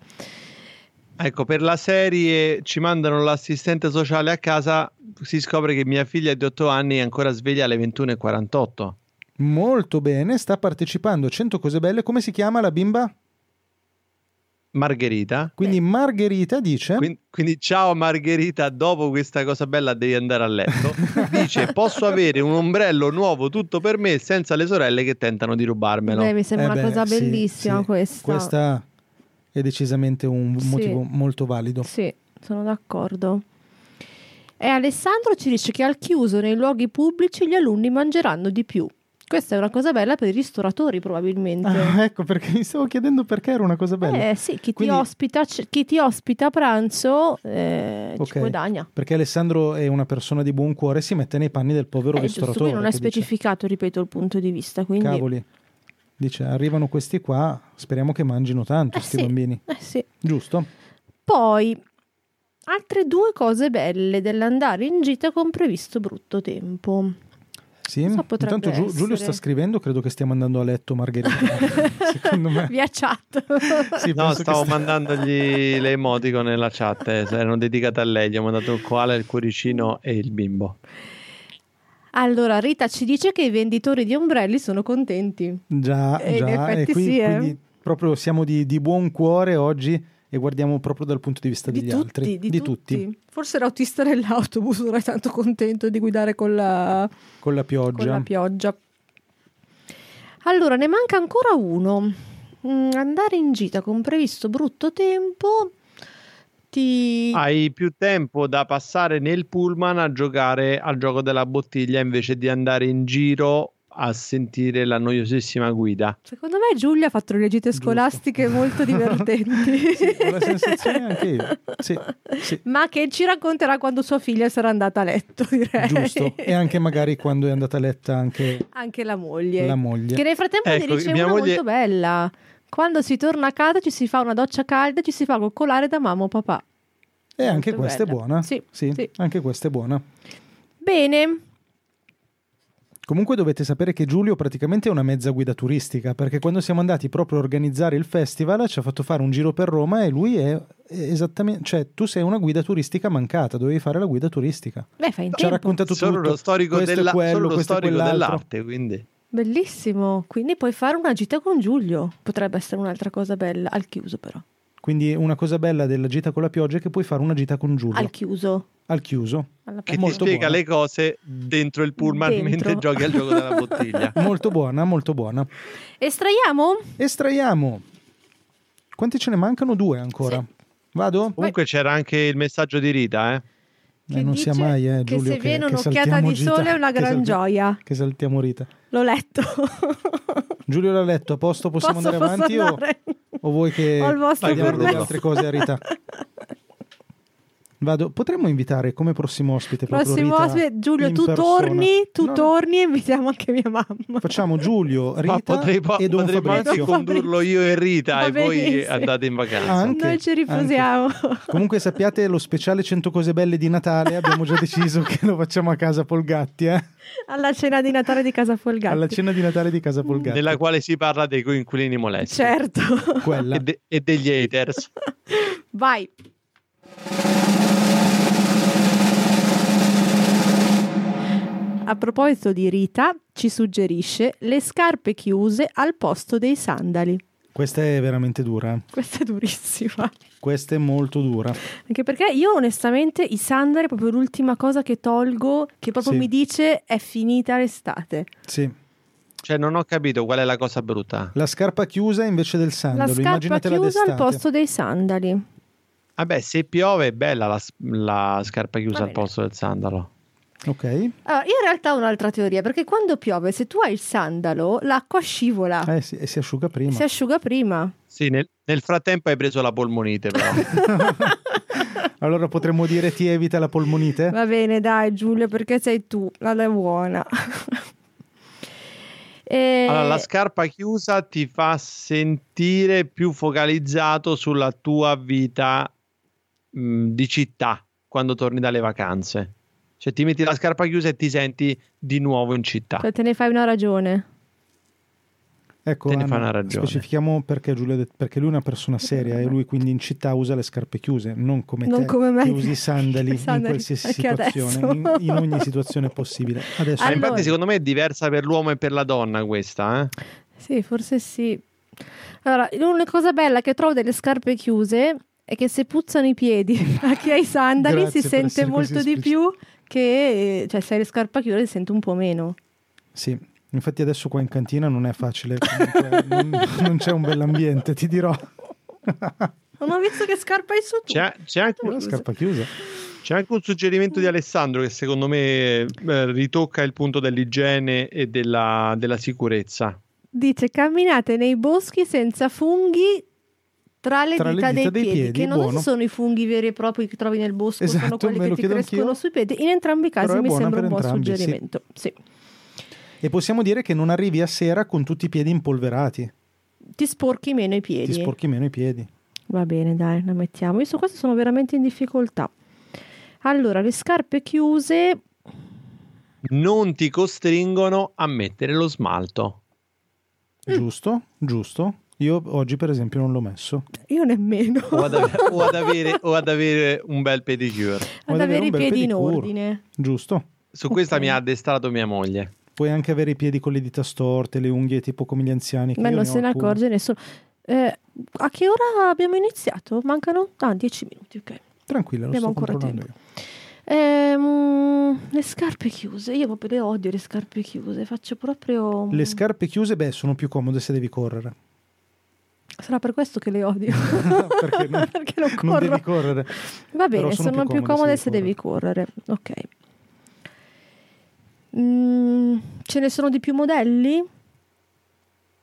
E: Ecco, per la serie ci mandano l'assistente sociale a casa, si scopre che mia figlia di 8 anni è ancora sveglia alle 21.48.
D: Molto bene, sta partecipando a 100 cose belle. Come si chiama la bimba?
E: Margherita.
D: Quindi Margherita dice...
E: Quin- Quindi, ciao Margherita, dopo questa cosa bella devi andare a letto. Dice, posso avere un ombrello nuovo tutto per me senza le sorelle che tentano di rubarmelo.
C: Beh, mi sembra
D: Eh
C: una
D: beh,
C: cosa
D: sì,
C: bellissima
D: sì.
C: questa.
D: Questa è decisamente un
C: Sì.
D: motivo molto valido.
C: Sì, sono d'accordo. E Alessandro ci dice che al chiuso nei luoghi pubblici gli alunni mangeranno di più. Questa è una cosa bella per i ristoratori, probabilmente.
D: Ah, ecco perché mi stavo chiedendo perché era una cosa bella.
C: Eh sì, chi,
D: Quindi-
C: ti, ospita, c- chi ti ospita a pranzo eh,
D: Ok.
C: ci guadagna.
D: Perché Alessandro è una persona di buon cuore e si mette nei panni del povero
C: Eh, giusto,
D: ristoratore.
C: qui non è
D: che dice,
C: specificato, ripeto, il punto di vista. Quindi...
D: Cavoli. Dice, arrivano questi qua, speriamo che mangino tanto,
C: Eh
D: questi
C: sì,
D: bambini.
C: eh sì.
D: Giusto?
C: Poi, altre due cose belle dell'andare in gita con previsto brutto tempo.
D: Sì.
C: Non so, potrebbe
D: Intanto Giu- Giulio
C: essere.
D: sta scrivendo, credo che stiamo andando a letto Margherita. Secondo me.
C: Via chat.
D: Sì,
E: No,
D: penso che sta-
E: stavo mandandogli le emoticon nella chat, eh, erano dedicate a lei, gli ho mandato il koala, il cuoricino e il bimbo.
C: Allora, Rita ci dice che i venditori di ombrelli sono contenti.
D: Già,
C: Eh, in
D: già, e
C: effetti
D: qui,
C: sì, eh.
D: quindi proprio siamo di, di buon cuore oggi e guardiamo proprio dal punto di vista
C: Di
D: degli
C: tutti,
D: altri.
C: di, tutti. Forse l'autista dell'autobus non è tanto contento di guidare con la,
D: Con la pioggia.
C: con la pioggia. Allora, ne manca ancora uno. Mm, Andare in gita con previsto brutto tempo ti...
E: Hai più tempo da passare nel pullman a giocare al gioco della bottiglia invece di andare in giro a sentire la noiosissima guida.
C: Secondo me Giulia ha fatto le gite
D: Giusto.
C: scolastiche molto divertenti.
D: Sì, ho la sensazione anche io. Sì, sì.
C: Ma che ci racconterà quando sua figlia sarà andata a letto, direi.
D: Giusto. E anche magari quando è andata a letta anche
C: Anche la moglie.
D: la moglie.
C: Che nel frattempo
E: Ecco,
C: ne riceve
E: mia
C: una
E: moglie-
C: molto bella. Quando si torna a casa ci si fa una doccia calda e ci si fa coccolare da mamma o papà.
D: E anche
C: Molto
D: questa
C: bella.
D: è buona.
C: Sì, sì.
D: anche questa è buona.
C: Bene.
D: Comunque dovete sapere che Giulio praticamente è una mezza guida turistica, perché quando siamo andati proprio a organizzare il festival ci ha fatto fare un giro per Roma e lui è è esattamente, cioè tu sei una guida turistica mancata, dovevi fare la guida turistica.
C: Beh, fai in
D: Ci ha
C: tempo.
D: raccontato
E: Solo
D: tutto,
E: lo storico,
D: questo è
E: della-
D: quello,
E: solo lo
D: questo è
E: storico
D: quell'altro.
E: dell'arte, quindi.
C: Bellissimo. Quindi puoi fare una gita con Giulio. Potrebbe essere un'altra cosa bella. Al chiuso, però.
D: Quindi una cosa bella della gita con la pioggia è che puoi fare una gita con Giulio
C: Al
D: al,
C: chiuso.
D: chiuso.
C: Alla
E: Che ti
D: Molto
E: spiega
D: buona.
E: le cose dentro il pullman
C: Dentro.
E: mentre giochi al gioco della bottiglia.
D: Molto buona, molto buona.
C: Estraiamo?
D: Estraiamo. Quanti ce ne mancano? Due ancora. Vado?
E: Comunque c'era anche il messaggio di Rita, eh.
C: Che
D: Eh, non
C: dice
D: sia mai, eh,
C: che
D: Giulio,
C: se viene un'occhiata
D: saltiamo
C: di
D: gita-
C: sole è una
D: che
C: gran
D: salti-
C: gioia.
D: Che saltiamo Rita.
C: L'ho letto.
D: Giulio l'ha letto, a posto possiamo
C: Posso-
D: andare
C: posso
D: avanti o-
C: andare?
D: O, vuoi che
C: Ho il vostro
D: chiediamo delle
E: permesso.
D: altre cose a Rita? Vado. Potremmo invitare come prossimo ospite proprio
C: Prossimo
D: Rita
C: ospite, Giulio,
D: in
C: tu
D: persona.
C: torni, tu
D: No, no.
C: torni e invitiamo anche mia mamma.
D: Facciamo Giulio, Rita
E: Ma Ah, potrei, po-
D: e Don
E: potremmo anche
D: Fabrizio.
C: Don Fabrizio.
E: condurlo io e Rita
C: Va
E: e poi
C: benissimo.
E: andate in vacanza.
D: Ah, Anche,
C: Noi ci
D: anche.
C: Ah, riposiamo.
D: Comunque sappiate lo speciale 100 cose belle di Natale, abbiamo già deciso che lo facciamo a casa Polgatti, eh?
C: Alla cena di Natale di Casa Folgatti.
D: alla cena di Natale di casa Polgatti.
E: Nella quale si parla dei coinquilini molesti
C: Certo.
D: Quella.
E: e, de- e degli haters.
C: Vai. A proposito di Rita, ci suggerisce le scarpe chiuse al posto dei sandali.
D: Questa è veramente dura, eh.
C: Questa è durissima.
D: questa è molto dura.
C: Anche perché io onestamente i sandali è proprio l'ultima cosa che tolgo, che proprio
D: Sì.
C: mi dice è finita l'estate.
D: Sì.
E: Cioè, non ho capito qual è la cosa brutta.
D: La scarpa chiusa invece del
C: La
D: sandalo,
C: scarpa
D: immaginatela
C: chiusa
D: d'estate.
C: al posto dei sandali.
E: Vabbè, se piove è bella la, s- la scarpa
C: Va
E: chiusa al
C: bene.
E: posto del sandalo.
D: Ok.
C: Allora, Ah, io in realtà ho un'altra teoria, perché quando piove, se tu hai il sandalo, l'acqua scivola,
D: Eh, sì, e si asciuga prima.
C: Ah. si asciuga prima.
E: Sì, nel, nel frattempo hai preso la polmonite, però.
D: Allora potremmo dire ti evita la polmonite?
C: Va bene, dai Giulio, perché sei tu, la dai buona. E-
E: Allora, la scarpa chiusa ti fa sentire più focalizzato sulla tua vita mh, di città quando torni dalle vacanze. Cioè, ti metti la scarpa chiusa e ti senti di nuovo in città.
C: cioè, Te ne fai una ragione.
D: Ecco,
E: Te ne
D: Anna,
E: fa una ragione.
D: Specifichiamo perché Giulio ha detto- perché lui è una persona seria e lui quindi in città usa le scarpe chiuse, non come
C: Non
D: te
C: come me.
D: che usi i sandali, in
C: Sandali,
D: qualsiasi
C: anche
D: situazione, in,
C: adesso.
D: in ogni situazione possibile. Adesso
E: Ah,
C: Allora-
E: infatti, secondo me è diversa per l'uomo e per la donna questa, eh?
C: Sì, forse sì. Allora, una cosa bella che trovo delle scarpe chiuse è che se puzzano i piedi a chi ha i sandali
D: Grazie
C: si
D: per
C: sente
D: essere così
C: molto di
D: esplicito.
C: più che cioè se hai le scarpe chiuse si sente un po' meno.
D: Sì. Infatti adesso qua in cantina non è facile, comunque, non, non c'è un bell'ambiente, ti dirò.
C: Non ho visto che scarpa hai su tu.
E: C'è, c'è anche,
C: Tu-
D: La scarpa chiusa.
E: c'è anche un suggerimento di Alessandro che secondo me eh, ritocca il punto dell'igiene e della, della sicurezza.
C: Dice camminate nei boschi senza funghi tra le,
D: Tra le
C: dita,
D: dita
C: dei,
D: dei
C: piedi,
D: piedi,
C: che non so
D: buono.
C: se sono i funghi veri e propri che trovi nel bosco, sono
D: Esatto,
C: quelli
D: me
C: che
D: lo
C: ti
D: chiedo
C: crescono
D: anch'io.
C: sui piedi. In entrambi i
D: Però
C: casi
D: è
C: mi
D: buona
C: sembra
D: per
C: un buon
D: entrambi, sì.
C: suggerimento. Sì.
D: E possiamo dire che non arrivi a sera con tutti i piedi impolverati,
C: Ti sporchi meno i
D: ti
C: piedi. Mm.
D: sporchi meno i piedi.
C: Va bene, dai, la mettiamo. Io su questo sono veramente in difficoltà. Allora, le scarpe chiuse.
E: Non ti costringono a mettere lo smalto.
D: Giusto? Giusto? Io oggi per esempio non l'ho messo.
C: Io nemmeno.
E: o ad, ave- o ad avere, o ad avere un bel pedicure.
D: Ma
C: Ad
D: deve
C: avere i
D: avere un bel
C: piedi in
D: pedicure.
C: ordine.
D: Giusto?
E: Su questa
C: Ok.
E: mi ha addestrato mia moglie.
D: Puoi anche avere i piedi con le dita storte, le unghie tipo come gli anziani. che
C: Ma
D: io
C: non
D: ho
C: se ne
D: alcune.
C: accorge nessuno. Eh, a che ora abbiamo iniziato? Mancano ah, 10 minuti, ok.
D: Tranquilla, lo
C: Abbiamo
D: sto
C: ancora
D: controllando
C: tempo. Ehm, le scarpe chiuse. Io proprio le odio le scarpe chiuse. Faccio proprio.
D: io. Le scarpe chiuse, beh, sono più comode se devi correre.
C: Sarà per questo che le odio.
D: Perché non,
C: Perché non
D: non
C: corro.
D: devi correre.
C: Va
D: Però
C: bene, sono, più, comode, se devi correre. Ok. Mm, ce ne sono di più modelli?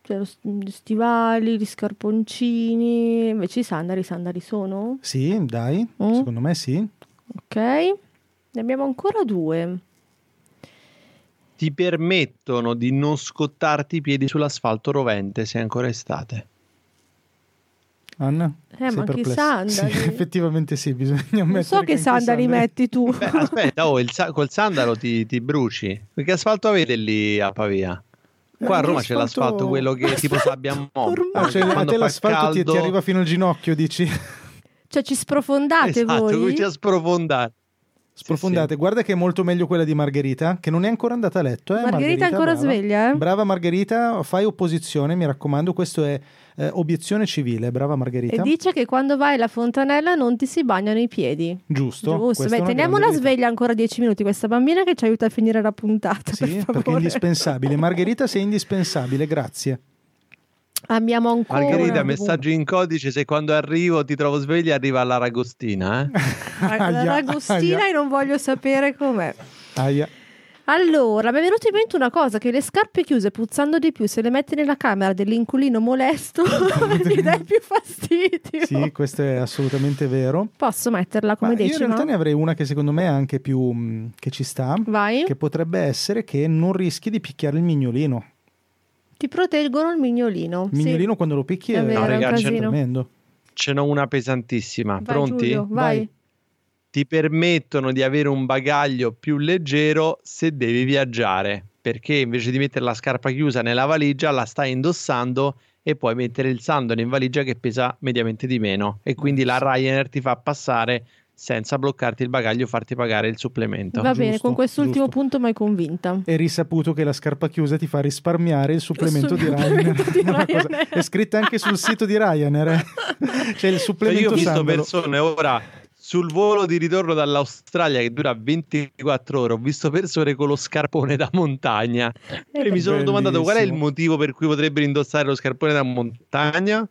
C: Cioè, lo s- gli stivali, gli scarponcini. Invece i sandali, i sandali sono.
D: Sì, dai,
C: Mm.
D: secondo me sì.
C: Ok. Ne abbiamo ancora due.
E: Ti permettono di non scottarti i piedi sull'asfalto rovente se è ancora estate.
D: Anna?
C: Eh,
D: sei
C: ma chi
D: perplessa.
C: sandali?
D: Sì, effettivamente sì, bisogna mettere
C: Non so
D: anche
C: che
D: i
C: sandali metti tu.
E: Beh, aspetta, oh, il sa- col sandalo ti, ti bruci. Perché asfalto avete lì a Pavia? Qua a
D: Eh,
E: Roma c'è
D: l'asfalto-
E: l'asfalto quello che tipo sabbia
C: ormai.
E: mobile.
D: Ah, cioè, a
E: Quando
D: te
E: fa
D: l'asfalto ti, ti
E: caldo-
D: arriva fino al ginocchio, dici?
C: Cioè, ci sprofondate
E: Esatto,
C: voi?
E: cominci a sprofondare.
D: Sprofondate. Guarda che è molto meglio quella di Margherita, che non è ancora andata a letto. Eh?
C: Margherita è ancora
D: brava.
C: sveglia, eh?
D: Brava Margherita, fai opposizione, mi raccomando, questo è eh, obiezione civile. Brava
C: E
D: Margherita.
C: dice che quando vai alla fontanella non ti si bagnano i piedi.
D: Giusto.
C: Giusto,
D: questa
C: beh,
D: è una
C: teniamo la
D: grande verità.
C: sveglia ancora 10 minuti questa bambina che ci aiuta a finire la puntata.
D: Sì,
C: per favore.
D: perché è indispensabile. Margherita sei indispensabile, grazie.
C: Abbiamo ancora
E: Margherita,
C: un-
E: messaggio in codice: se quando arrivo ti trovo sveglia, arriva l'Aragostina. Eh?
C: Ah,
D: Aia,
C: Ragustina
D: aia,
C: e non voglio sapere com'è.
D: aia.
C: Allora, mi è venuta in mente una cosa: che le scarpe chiuse puzzando di più, se le metti nella camera dell'inculino molesto, mi dai più fastidio.
D: Sì, questo è assolutamente vero.
C: Posso metterla come
D: Ma io in
C: decima?
D: realtà ne avrei una che secondo me è anche più mh, che ci sta,
C: Vai.
D: che potrebbe essere che non rischi di picchiare il mignolino.
C: Ti proteggono il mignolino. sì.
D: Mignolino quando lo picchi
C: È
D: è,
C: vero,
E: No, raga,
C: è un
E: c'è-
C: casino.
D: tremendo.
E: Ce n'ho una pesantissima.
C: Vai,
E: Pronti?
C: Giulio, vai.
D: Vai.
E: Ti permettono di avere un bagaglio più leggero se devi viaggiare. Perché invece di mettere la scarpa chiusa nella valigia, la stai indossando e puoi mettere il sandalo in valigia che pesa mediamente di meno. E quindi la Ryanair ti fa passare senza bloccarti il bagaglio e farti pagare il supplemento.
C: Va bene,
D: giusto,
C: con quest'ultimo
D: giusto.
C: punto mi hai convinta.
D: È risaputo che la scarpa chiusa ti fa risparmiare il supplemento di Ryanair.
C: supplemento di
D: Una cosa-
C: Ryanair.
D: È scritta anche sul sito di Ryanair. eh. C'è il
E: Cioè, io ho
D: supplemento
E: visto
D: sandalo.
E: persone ora sul volo di ritorno dall'Australia che dura 24 ore, ho visto persone con lo scarpone da montagna
C: Eh,
E: e mi sono domandato qual è il
D: Bellissimo.
E: motivo per cui potrebbero indossare lo scarpone da montagna?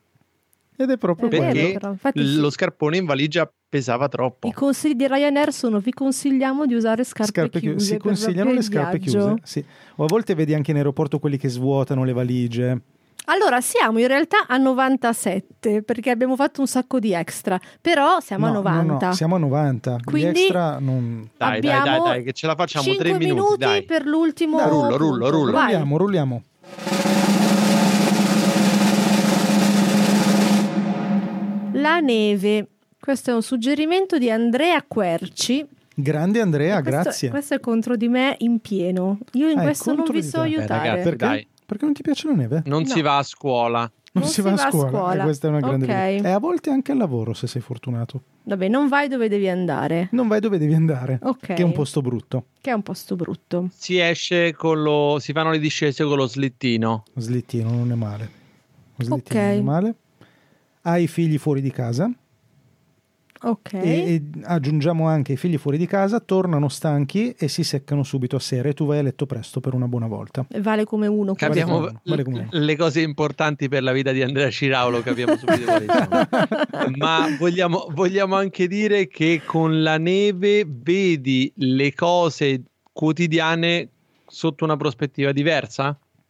D: Ed è proprio
C: È vero,
D: quello.
E: Perché
C: però, infatti sì.
E: lo scarpone in valigia pesava troppo.
C: I consigli di Ryanair sono: vi consigliamo di usare scarpe,
D: Scarpe chiuse.
C: chiuse.
D: Si
C: per
D: consigliano le
C: proprio il
D: scarpe
C: viaggio.
D: chiuse. sì. O a volte vedi anche in aeroporto quelli che svuotano le valigie.
C: Allora, siamo in realtà a 97 perché abbiamo fatto un sacco di extra, però siamo
D: No,
C: a
D: no, no,
C: 90.
D: siamo a 90. Gli
C: Quindi-
D: extra non...
E: Dai, dai,
C: abbiamo
E: dai, dai, che ce la facciamo,
C: 5
E: tre minuti, dai.
C: per l'ultimo.
E: Dai, rullo,
C: punto.
E: rullo, rullo.
C: Vai.
D: Rulliamo, rulliamo.
C: La neve. Questo è un suggerimento di Andrea Querci.
D: Grande Andrea,
C: Questo-
D: ah, grazie.
C: Questo è contro di me in pieno. Io in
D: Ah, è
C: questo non
D: contro
C: vi
D: di
C: so
D: te. Beh,
C: aiutare.
E: Eh, ragazzi,
D: Perché?
E: Dai.
D: Perché non ti piace la neve?
E: Non
C: No.
E: si va a scuola.
D: Non, si, va, a scuola. E questa è una grande
C: Ok.
D: verità. E a volte anche al lavoro, se sei fortunato.
C: Vabbè, non vai dove devi andare,
D: Non vai dove devi andare,
C: Ok.
D: che è un posto brutto.
C: che è un posto brutto.
E: Si esce con lo si fanno le discese con lo slittino.
D: Slittino non è male. Slittino
C: Ok.
D: non è male. Hai i figli fuori di casa
C: Ok.
D: e, e aggiungiamo anche i figli fuori di casa, tornano stanchi e si seccano subito a sera e tu vai a letto presto per una buona volta.
C: Vale come uno. questo.
D: Vale
E: Capiamo
D: come uno, vale come uno.
E: le cose importanti per la vita di Andrea Ciraulo, capiamo subito quali sono. Ma vogliamo, vogliamo anche dire che con la neve vedi le cose quotidiane sotto una prospettiva diversa?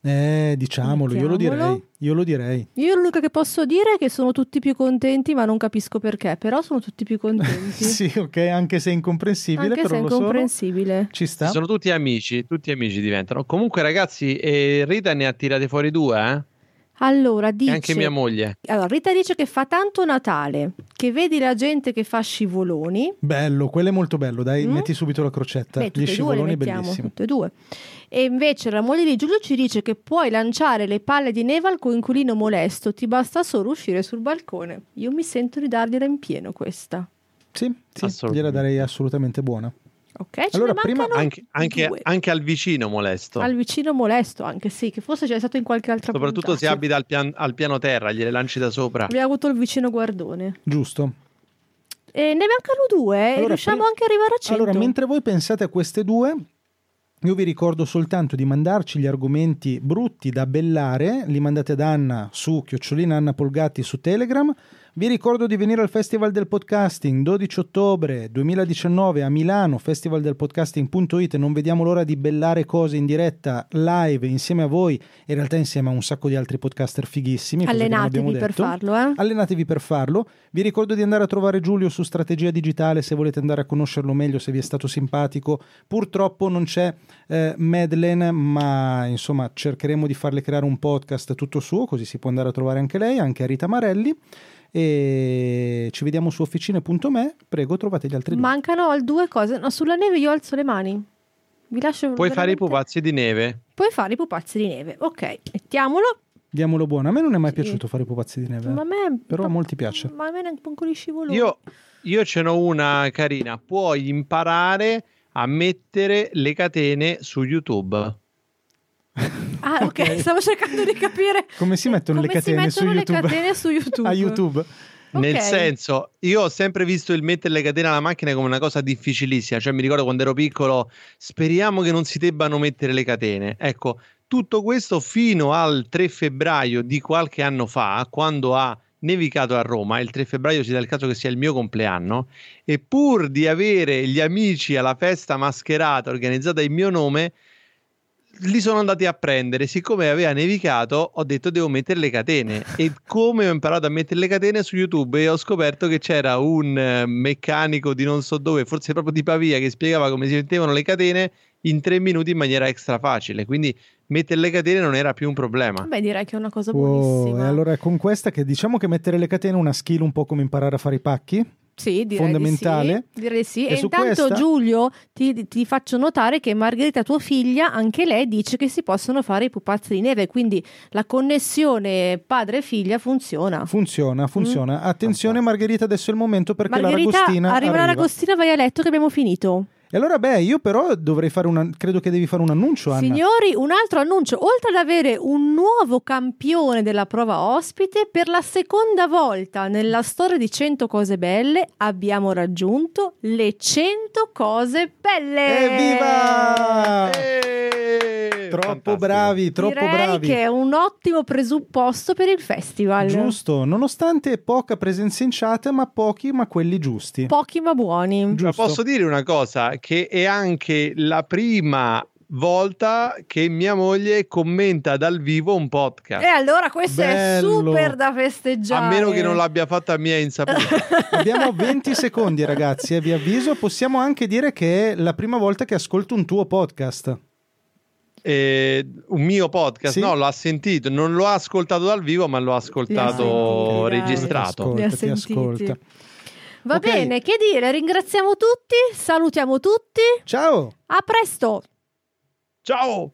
D: Eh, diciamolo, io lo
C: Mettiamolo.
D: direi. Io lo direi.
C: Io l'unica che posso dire è che sono tutti più contenti, ma non capisco perché. Però sono tutti più contenti.
D: Sì, ok, anche se è incomprensibile,
C: Anche
D: però
C: se è
D: lo sono.
C: incomprensibile.
D: Ci sta.
E: Sono tutti amici, tutti amici diventano. Comunque ragazzi, eh, Rita ne ha tirate fuori due, eh?
C: Allora, dice...
E: E anche mia moglie.
C: Allora, Rita dice che fa tanto Natale, che vedi la gente che fa scivoloni.
D: Bello, quello è molto bello, dai,
C: Mm?
D: metti subito la crocetta.
C: Beh, tutte
D: Gli
C: e due le
D: scivoloni
C: mettiamo,
D: bellissimi.
C: tutte e due. E invece la moglie di Giulio ci dice che puoi lanciare le palle di neve al coinquilino molesto, ti basta solo uscire sul balcone. Io mi sento di dargliela in pieno questa.
D: Sì, sì gliela
E: Assolutamente.
D: darei assolutamente buona.
C: Ok, ce
D: Allora,
C: ne
D: prima
C: mancano
E: Anche, anche-
C: due.
E: anche al vicino molesto.
C: al vicino molesto, anche sì, che forse c'è stato in qualche altra
E: Soprattutto
C: puntata.
E: se abita al, pian- al piano terra, gliele lanci da sopra.
C: Abbiamo avuto il vicino guardone.
D: Giusto.
C: E ne mancano due, eh, e
D: Allora,
C: riusciamo
D: pri-
C: anche a arrivare a 100.
D: Allora, mentre voi pensate a queste due, io vi ricordo soltanto di mandarci gli argomenti brutti da bellare, li mandate ad Anna su Chiocciolina Anna Polgatti su Telegram. Vi ricordo di venire al Festival del Podcasting 12 ottobre 2019 a Milano, festivaldelpodcasting.it. Non vediamo l'ora di bellare cose in diretta live insieme a voi, in realtà insieme a un sacco di altri podcaster fighissimi. cosa che non abbiamo
C: Allenatevi per
D: detto.
C: farlo, eh.
D: Allenatevi per farlo. Vi ricordo di andare a trovare Giulio su Strategia Digitale se volete andare a conoscerlo meglio, se vi è stato simpatico. Purtroppo non c'è eh, Madeleine, ma insomma cercheremo di farle creare un podcast tutto suo, così si può andare a trovare anche lei, anche a Rita Marelli. e ci vediamo su officine.me. Prego, trovate gli altri due.
C: Mancano al due cose. No, sulla neve io alzo le mani. Vi lascio
E: Puoi fare i
C: veramente-
E: pupazzi di neve.
C: Puoi fare i pupazzi di neve. Ok, mettiamolo.
D: Diamolo buono. A me non è mai
C: Sì.
D: piaciuto fare i pupazzi di neve.
C: Ma a me
D: Però a molti piace.
C: Ma a me neanche un po' di scivolone.
E: Io, io ce n'ho una carina. Puoi imparare a mettere le catene su YouTube.
C: Ah, ok, stavo cercando di capire
D: Come si mettono
C: come
D: le catene
C: si mettono
D: su
C: le
D: YouTube?
C: catene su YouTube.
D: A YouTube.
C: Ok.
E: Nel senso, io ho sempre visto il mettere le catene alla macchina come una cosa difficilissima. Cioè, mi ricordo quando ero piccolo, speriamo che non si debbano mettere le catene. Ecco, tutto questo fino al 3 febbraio di qualche anno fa, quando ha nevicato a Roma, il 3 febbraio si dà il caso che sia il mio compleanno, e pur di avere gli amici alla festa mascherata organizzata in mio nome, li sono andati a prendere. Siccome aveva nevicato, ho detto devo mettere le catene. E come ho imparato a mettere le catene su YouTube e ho scoperto che c'era un eh, meccanico di non so dove, forse proprio di Pavia, che spiegava come si mettevano le catene in tre minuti in maniera extra facile. Quindi mettere le catene non era più un problema.
C: Beh, direi che è una cosa
D: Wow,
C: buonissima.
D: Oh, e allora è con questa che diciamo che mettere le catene è una skill un po' come imparare a fare i pacchi.
C: Sì, direi
D: fondamentale.
C: Di sì, direi di sì.
D: E
C: E,
D: su
C: intanto,
D: questa-
C: Giulio, ti, ti faccio notare che Margherita, tua figlia, anche lei dice che si possono fare i pupazzi di neve. Quindi la connessione padre-figlia funziona.
D: Funziona, funziona. Attenzione Margherita, adesso è il momento perché
C: Mm. Margherita,
D: l'Aragostina
C: arriva
D: arriva.
C: l'Aragostina, vai a letto che abbiamo finito.
D: E allora beh, io però dovrei fare un credo che devi fare un annuncio, Certo, Anna.
C: Signori, un altro annuncio. Oltre ad avere un nuovo campione della prova ospite, per la seconda volta nella storia di 100 cose belle abbiamo raggiunto le 100 cose belle.
D: Evviva!
E: Eh,
D: Ah. Troppo
E: fantastico.
D: bravi, troppo
C: Direi
D: bravi.
C: che è un ottimo presupposto per il festival.
D: Giusto, nonostante poca presenza in chat, ma pochi, ma quelli giusti.
C: Pochi ma buoni.
E: Ma
D: Giusto.
E: posso dire una cosa che è anche la prima volta che mia moglie commenta dal vivo un podcast.
C: E allora questo è
D: Bello.
C: super da festeggiare.
E: A meno che
C: eh.
E: non l'abbia fatta a mia insaputa.
D: Abbiamo 20 secondi, ragazzi, e vi avviso, possiamo anche dire che è la prima volta che ascolto un tuo podcast.
E: Eh, un mio podcast,
D: Sì.
E: no, l'ha sentito, non lo ha ascoltato dal vivo, ma l'ho ascoltato
C: Li ha sentiti, dai.
E: registrato.
D: Ascolta,
C: Li ha
D: ti
C: sentiti.
D: ascolta.
C: Va
D: Ok.
C: bene, che dire, ringraziamo tutti, salutiamo tutti.
D: Ciao!
C: A presto!
E: Ciao!